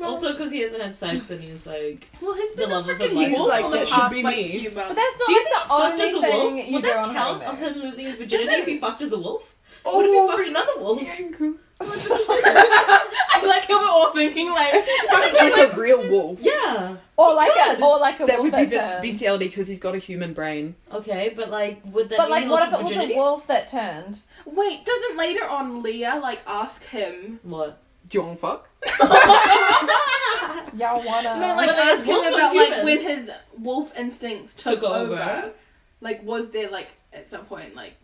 Speaker 2: Also, because he hasn't had sex and he's like,
Speaker 4: Well, he's
Speaker 2: The
Speaker 4: been a
Speaker 2: love of
Speaker 4: freaking
Speaker 2: his life.
Speaker 4: wolf
Speaker 1: He's like,
Speaker 4: for the
Speaker 1: that should
Speaker 4: past,
Speaker 1: be
Speaker 4: like,
Speaker 1: me.
Speaker 4: few months.
Speaker 3: But that's not
Speaker 2: do you think he's
Speaker 3: like
Speaker 2: fucked
Speaker 3: the
Speaker 2: as a
Speaker 3: only thing
Speaker 2: wolf?
Speaker 3: you
Speaker 2: Would
Speaker 3: do
Speaker 2: that
Speaker 3: on
Speaker 2: count of
Speaker 3: honeymoon.
Speaker 2: him losing his virginity if he fucked as a wolf? What
Speaker 1: Oh,
Speaker 2: if he fucked another wolf?
Speaker 4: I like how we're all thinking like.
Speaker 1: That's like a real wolf.
Speaker 2: Yeah.
Speaker 3: Or like
Speaker 2: could.
Speaker 3: a or like a
Speaker 1: That
Speaker 3: wolf
Speaker 1: would be
Speaker 3: that
Speaker 1: just
Speaker 3: turns.
Speaker 1: bestiality because he's got a human brain.
Speaker 2: Okay, but like, would that
Speaker 3: But
Speaker 2: mean
Speaker 3: like,
Speaker 2: he
Speaker 3: what if
Speaker 2: lost
Speaker 3: it
Speaker 2: his
Speaker 3: was a
Speaker 2: virginity?
Speaker 3: wolf that turned?
Speaker 4: Wait, doesn't later on Leah like ask him?
Speaker 2: What?
Speaker 1: Do you want to fuck?
Speaker 3: Y'all wanna?
Speaker 4: No, like
Speaker 2: Uh, But his
Speaker 4: ask him
Speaker 2: wolf was
Speaker 4: about like
Speaker 2: human.
Speaker 4: when his wolf instincts took,
Speaker 2: Took over.
Speaker 4: Like, was there like at some point like?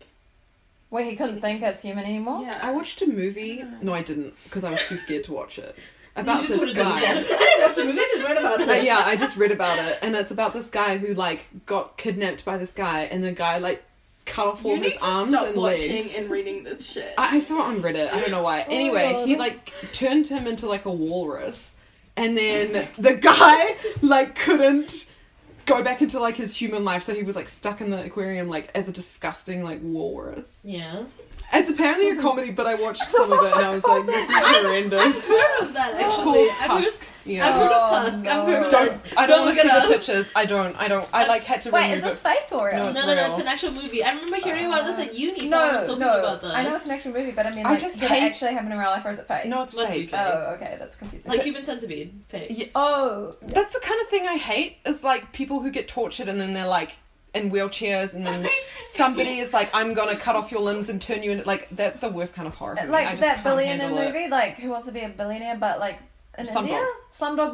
Speaker 3: where he couldn't think as human anymore.
Speaker 4: Yeah.
Speaker 1: I watched a movie. No, I didn't because I was too scared to watch it. About
Speaker 2: you just
Speaker 1: this
Speaker 2: would've
Speaker 1: guy.
Speaker 2: done that. I didn't watch the movie, I just read about
Speaker 1: But
Speaker 2: it.
Speaker 1: yeah, I just read about it, and it's about this guy who like got kidnapped by this guy, and the guy like cut off all
Speaker 4: You
Speaker 1: his
Speaker 4: need to
Speaker 1: arms
Speaker 4: stop
Speaker 1: and
Speaker 4: watching Oh
Speaker 1: legs.
Speaker 4: and reading this shit.
Speaker 1: I, I saw it on Reddit. I don't know why. Anyway, he like turned him into like a walrus, and then the guy like couldn't go back into like his human life, so he was like stuck in the aquarium like as a disgusting like walrus.
Speaker 2: Yeah.
Speaker 1: It's apparently a comedy, but I watched some of it and I was like, this is horrendous.
Speaker 2: Heard of that
Speaker 1: It's
Speaker 2: actually.
Speaker 1: called
Speaker 2: I've heard,
Speaker 1: Tusk.
Speaker 2: I've
Speaker 1: Yeah.
Speaker 2: heard of
Speaker 3: Oh,
Speaker 2: Tusk. I've heard of
Speaker 1: Don't. I
Speaker 2: Don't
Speaker 1: don't want
Speaker 2: look
Speaker 1: to
Speaker 2: it
Speaker 1: see the
Speaker 2: up.
Speaker 1: pictures. I don't. I don't. I like had to.
Speaker 3: Wait,
Speaker 1: remove
Speaker 3: is this
Speaker 1: it.
Speaker 3: fake or
Speaker 1: No,
Speaker 3: real? Uh,
Speaker 2: that.
Speaker 1: it's
Speaker 2: No, no, no,
Speaker 1: real.
Speaker 2: it's an actual movie. I remember hearing about this at uni. Someone was
Speaker 3: no,
Speaker 2: talking
Speaker 3: no.
Speaker 2: about this.
Speaker 3: I know it's an actual movie, but I mean,
Speaker 1: I
Speaker 3: like,
Speaker 1: just
Speaker 3: did
Speaker 1: hate-
Speaker 3: it actually happen in real life or is it fake?
Speaker 1: No, it's
Speaker 2: Must be
Speaker 1: fake.
Speaker 2: fake.
Speaker 3: Oh, okay, that's confusing.
Speaker 2: like Human Centipede. Fake.
Speaker 1: Yeah.
Speaker 3: oh,
Speaker 1: That's the kind of thing I hate is like people who get tortured and then they're like in wheelchairs and then somebody is like, I'm gonna cut off your limbs and turn you into like that's the worst kind of horror. Movie. I
Speaker 3: like
Speaker 1: just
Speaker 3: that
Speaker 1: can't
Speaker 3: billionaire
Speaker 1: handle it.
Speaker 3: movie, like Who Wants to Be a Billionaire, but like in
Speaker 1: Slumdog.
Speaker 3: India, Slumdog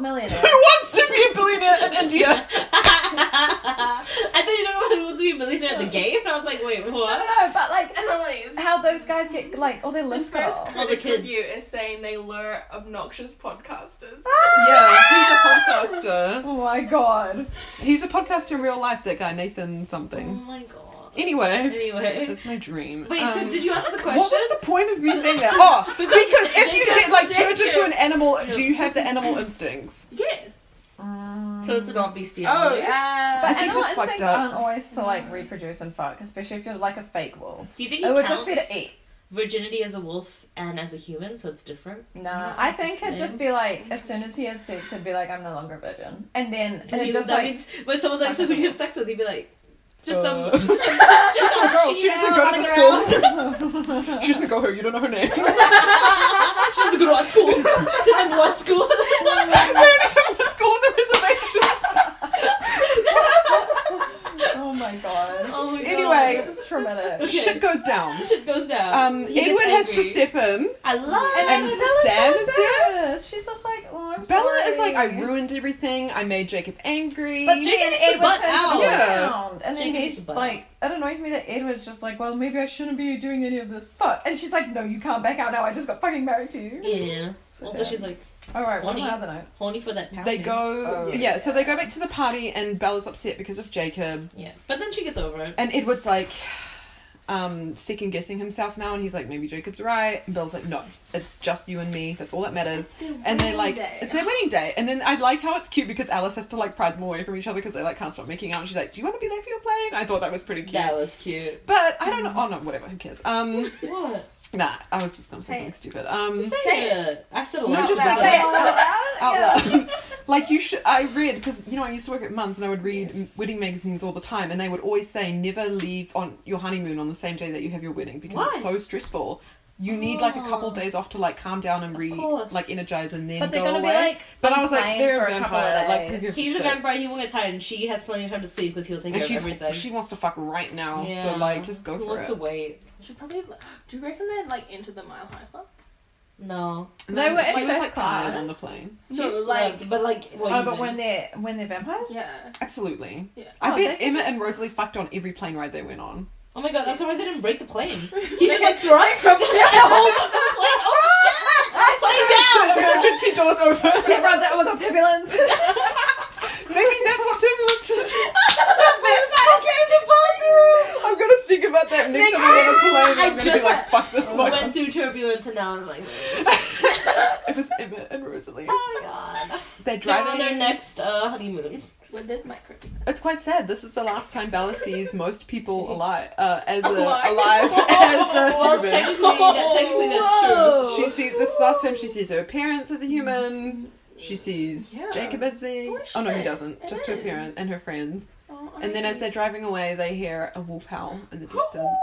Speaker 3: Millionaire.
Speaker 1: Who wants to be a billionaire in India?
Speaker 2: I thought you don't know who wants to be a millionaire at the game, and I was like, wait,
Speaker 3: I
Speaker 2: what?
Speaker 3: don't know, but like
Speaker 4: Annalise,
Speaker 3: how those guys get like all their
Speaker 4: the
Speaker 3: limbs cut
Speaker 4: first
Speaker 3: off.
Speaker 2: All the
Speaker 4: critic
Speaker 2: kids.
Speaker 4: review is saying they lure obnoxious podcasters.
Speaker 1: Ah!
Speaker 3: Ah!
Speaker 1: yeah, he's a podcaster.
Speaker 3: Oh my god.
Speaker 1: He's a podcaster in real life. That guy Nathan
Speaker 2: Oh
Speaker 1: something.
Speaker 2: my god.
Speaker 1: Anyway,
Speaker 2: Anyway,
Speaker 1: that's my dream.
Speaker 2: wait. so
Speaker 1: Um,
Speaker 2: did you answer the question?
Speaker 1: What was the point of me saying that? Oh, because, if you
Speaker 2: Jacob-
Speaker 1: get like turned into
Speaker 2: Jacob-
Speaker 1: an animal,
Speaker 2: Yeah.
Speaker 1: do you have the animal instincts?
Speaker 4: Yes.
Speaker 2: So it's not
Speaker 4: Oh,
Speaker 2: bestiality.
Speaker 4: yeah.
Speaker 1: I
Speaker 3: I
Speaker 1: think
Speaker 3: think
Speaker 1: that's fucked
Speaker 3: instincts
Speaker 1: up.
Speaker 3: aren't always to like reproduce and fuck, especially if you're like a fake wolf.
Speaker 2: Do you think
Speaker 3: It would
Speaker 2: counts
Speaker 3: just be to eat.
Speaker 2: virginity as a wolf and as a human, so it's different?
Speaker 3: Nah, I think it'd just be like as soon as he had sex, he'd be like, "I'm no longer a virgin," and then and it
Speaker 2: You-
Speaker 3: just
Speaker 2: that
Speaker 3: like
Speaker 2: means when someone's like,
Speaker 3: Fuck
Speaker 2: "So who do you have
Speaker 3: it.
Speaker 2: sex with?" You'd be like, "Just some,
Speaker 3: Oh.
Speaker 1: Uh.
Speaker 2: just some, just some
Speaker 1: girl,
Speaker 2: she
Speaker 1: she doesn't go to the school. she doesn't go here. You don't know her name.
Speaker 2: She doesn't go to our school. She doesn't go to our school."
Speaker 1: Go on the reservation.
Speaker 3: oh my god.
Speaker 2: oh my god.
Speaker 1: Anyway.
Speaker 3: This is traumatic.
Speaker 2: Okay.
Speaker 1: Shit goes down.
Speaker 2: shit goes down.
Speaker 1: Um,
Speaker 2: He gets
Speaker 1: Edwin has to
Speaker 2: angry.
Speaker 1: step in.
Speaker 2: I love.
Speaker 3: And,
Speaker 1: And
Speaker 3: then Bella's
Speaker 1: Sam
Speaker 3: so
Speaker 1: is there?
Speaker 3: embarrassed. She's just like, "Oh, I'm
Speaker 1: Bella
Speaker 3: sorry."
Speaker 1: is like, I ruined everything. I made Jacob angry.
Speaker 3: But then
Speaker 2: Jacob needs to
Speaker 3: Edward
Speaker 2: butt
Speaker 3: turns
Speaker 2: out.
Speaker 3: it
Speaker 1: Yeah.
Speaker 3: around, and then
Speaker 2: Jacob needs to
Speaker 3: he's
Speaker 2: butt
Speaker 3: like, it annoys me that Edward's just like, well, maybe I shouldn't be doing any of this. Fuck, and she's like, no, you can't back out now. I just got fucking married to you.
Speaker 2: yeah.
Speaker 3: So
Speaker 2: Also,
Speaker 3: sad.
Speaker 2: she's like
Speaker 3: all right, what are my
Speaker 2: horny.
Speaker 3: other notes?
Speaker 2: horny for that. Pounding.
Speaker 1: they go,
Speaker 3: Oh,
Speaker 1: yeah, So they go back to the party, and Bella's upset because of Jacob.
Speaker 2: Yeah, but then she gets over it.
Speaker 1: And Edward's like, um, second guessing himself now, and he's like, maybe Jacob's right. And Bill's like, no, it's just you and me. That's all that matters. And they're like, it's their wedding day. And then I like how it's cute because Alice has to like pry them away from each other because they like can't stop making out. And she's like, do you want to be late for your plane? I thought that was pretty cute.
Speaker 2: That was cute.
Speaker 1: But I don't know. Oh no, whatever. Who cares? Um,
Speaker 2: What?
Speaker 1: nah. I was just gonna say
Speaker 4: Say
Speaker 1: something stupid. Um,
Speaker 2: Say it. I've said a
Speaker 1: No,
Speaker 2: lot.
Speaker 1: just
Speaker 2: of
Speaker 1: say
Speaker 2: stuff.
Speaker 1: it. out
Speaker 3: Yeah.
Speaker 1: loud. like you should. I read because you know I used to work at Munn's and I would read m wedding magazines all the time, and they would always say never leave on your honeymoon on the same day that you have your wedding because it's
Speaker 2: Why?
Speaker 1: so stressful. You need like a couple
Speaker 2: Oh.
Speaker 1: days off to like calm down and
Speaker 2: Of
Speaker 1: re
Speaker 2: course.
Speaker 1: like energize and then
Speaker 3: But they're
Speaker 1: go
Speaker 3: gonna be
Speaker 1: away.
Speaker 3: like,
Speaker 1: but I was like,
Speaker 3: complain
Speaker 1: they're
Speaker 3: for
Speaker 1: a
Speaker 3: a couple
Speaker 1: vampire.
Speaker 3: of
Speaker 1: Like who
Speaker 3: days.
Speaker 1: gives
Speaker 2: He's a
Speaker 1: shit?
Speaker 2: vampire. He won't get tired, and she has plenty of time to sleep because he'll take
Speaker 1: And
Speaker 2: care of
Speaker 1: she's
Speaker 2: everything.
Speaker 1: she wants to fuck right now, so like just go
Speaker 2: Who
Speaker 1: for
Speaker 2: wants
Speaker 1: it.
Speaker 2: to wait?
Speaker 4: Should probably. Do you reckon they'd like enter the Mile High Club?
Speaker 2: No.
Speaker 1: And
Speaker 3: They
Speaker 1: then
Speaker 3: were
Speaker 1: she
Speaker 3: in
Speaker 1: was
Speaker 3: first
Speaker 1: like tired
Speaker 3: class.
Speaker 1: on the plane.
Speaker 4: No,
Speaker 2: She
Speaker 4: like-
Speaker 1: um,
Speaker 2: slept, but like, what,
Speaker 3: Oh,
Speaker 2: you
Speaker 3: but
Speaker 2: mean?
Speaker 3: when they're when they're vampires,
Speaker 4: Yeah.
Speaker 1: Absolutely.
Speaker 4: Yeah.
Speaker 1: I
Speaker 3: Oh, they
Speaker 1: bet
Speaker 3: could
Speaker 1: Emma
Speaker 3: just-
Speaker 1: and Rosalie fucked on every plane ride they went on.
Speaker 2: Oh my god, I'm surprised they didn't break the plane. He just like thrust
Speaker 3: from
Speaker 1: The emergency doors open.
Speaker 3: Everyone's like, oh my god, turbulence.
Speaker 1: Maybe that's what turbulence is. I'm gonna think about that next time I'm on a plane.
Speaker 2: I
Speaker 1: I'm gonna be
Speaker 2: just-
Speaker 1: like, fuck this
Speaker 2: went
Speaker 1: one.
Speaker 2: through turbulence, and now I'm like, oh
Speaker 1: It was Emma and Rosalie.
Speaker 2: my god.
Speaker 1: They're
Speaker 2: They're on
Speaker 1: driving.
Speaker 2: their next uh, honeymoon.
Speaker 4: Well, there's my critic.
Speaker 1: It's quite sad. This is the last time Bella sees most people alive, uh, as a,
Speaker 4: Alive.
Speaker 1: alive as
Speaker 2: Well,
Speaker 1: a human.
Speaker 2: technically, that, technically that's true.
Speaker 4: Oh.
Speaker 1: She sees this is the last time she sees her parents as a human. She sees
Speaker 4: Yeah.
Speaker 1: Jacob as a.
Speaker 4: Holy
Speaker 1: Oh no, he
Speaker 4: shit.
Speaker 1: doesn't.
Speaker 4: It
Speaker 1: Just her
Speaker 4: is.
Speaker 1: parents and her friends.
Speaker 4: Oh,
Speaker 1: And then as
Speaker 4: they
Speaker 1: they're driving away, they hear a wolf howl in the distance.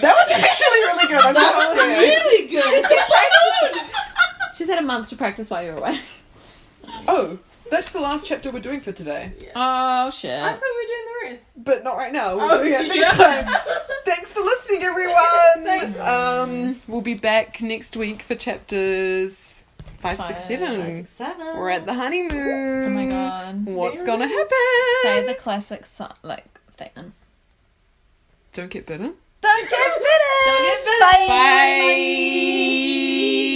Speaker 1: That was actually really good. I'm
Speaker 2: That
Speaker 1: not
Speaker 2: was
Speaker 1: saying.
Speaker 2: really good.
Speaker 3: She's had a month to practice while you're away.
Speaker 1: Oh, that's the last chapter we're doing for today.
Speaker 3: Oh
Speaker 4: I
Speaker 3: shit.
Speaker 4: thought we were doing the rest.
Speaker 1: But not right now. We're
Speaker 4: Oh,
Speaker 1: doing it next time. Thanks for listening, everyone. um, we'll be back next week for chapters five, six,
Speaker 3: Five,
Speaker 1: seven.
Speaker 2: Seven.
Speaker 1: We're at the honeymoon.
Speaker 3: Oh my god.
Speaker 1: What's gonna
Speaker 3: Say
Speaker 1: happen?
Speaker 3: the classic si- like statement.
Speaker 1: Don't get bitter.
Speaker 3: Don't get bitter. Don't get bitter.
Speaker 1: Bye.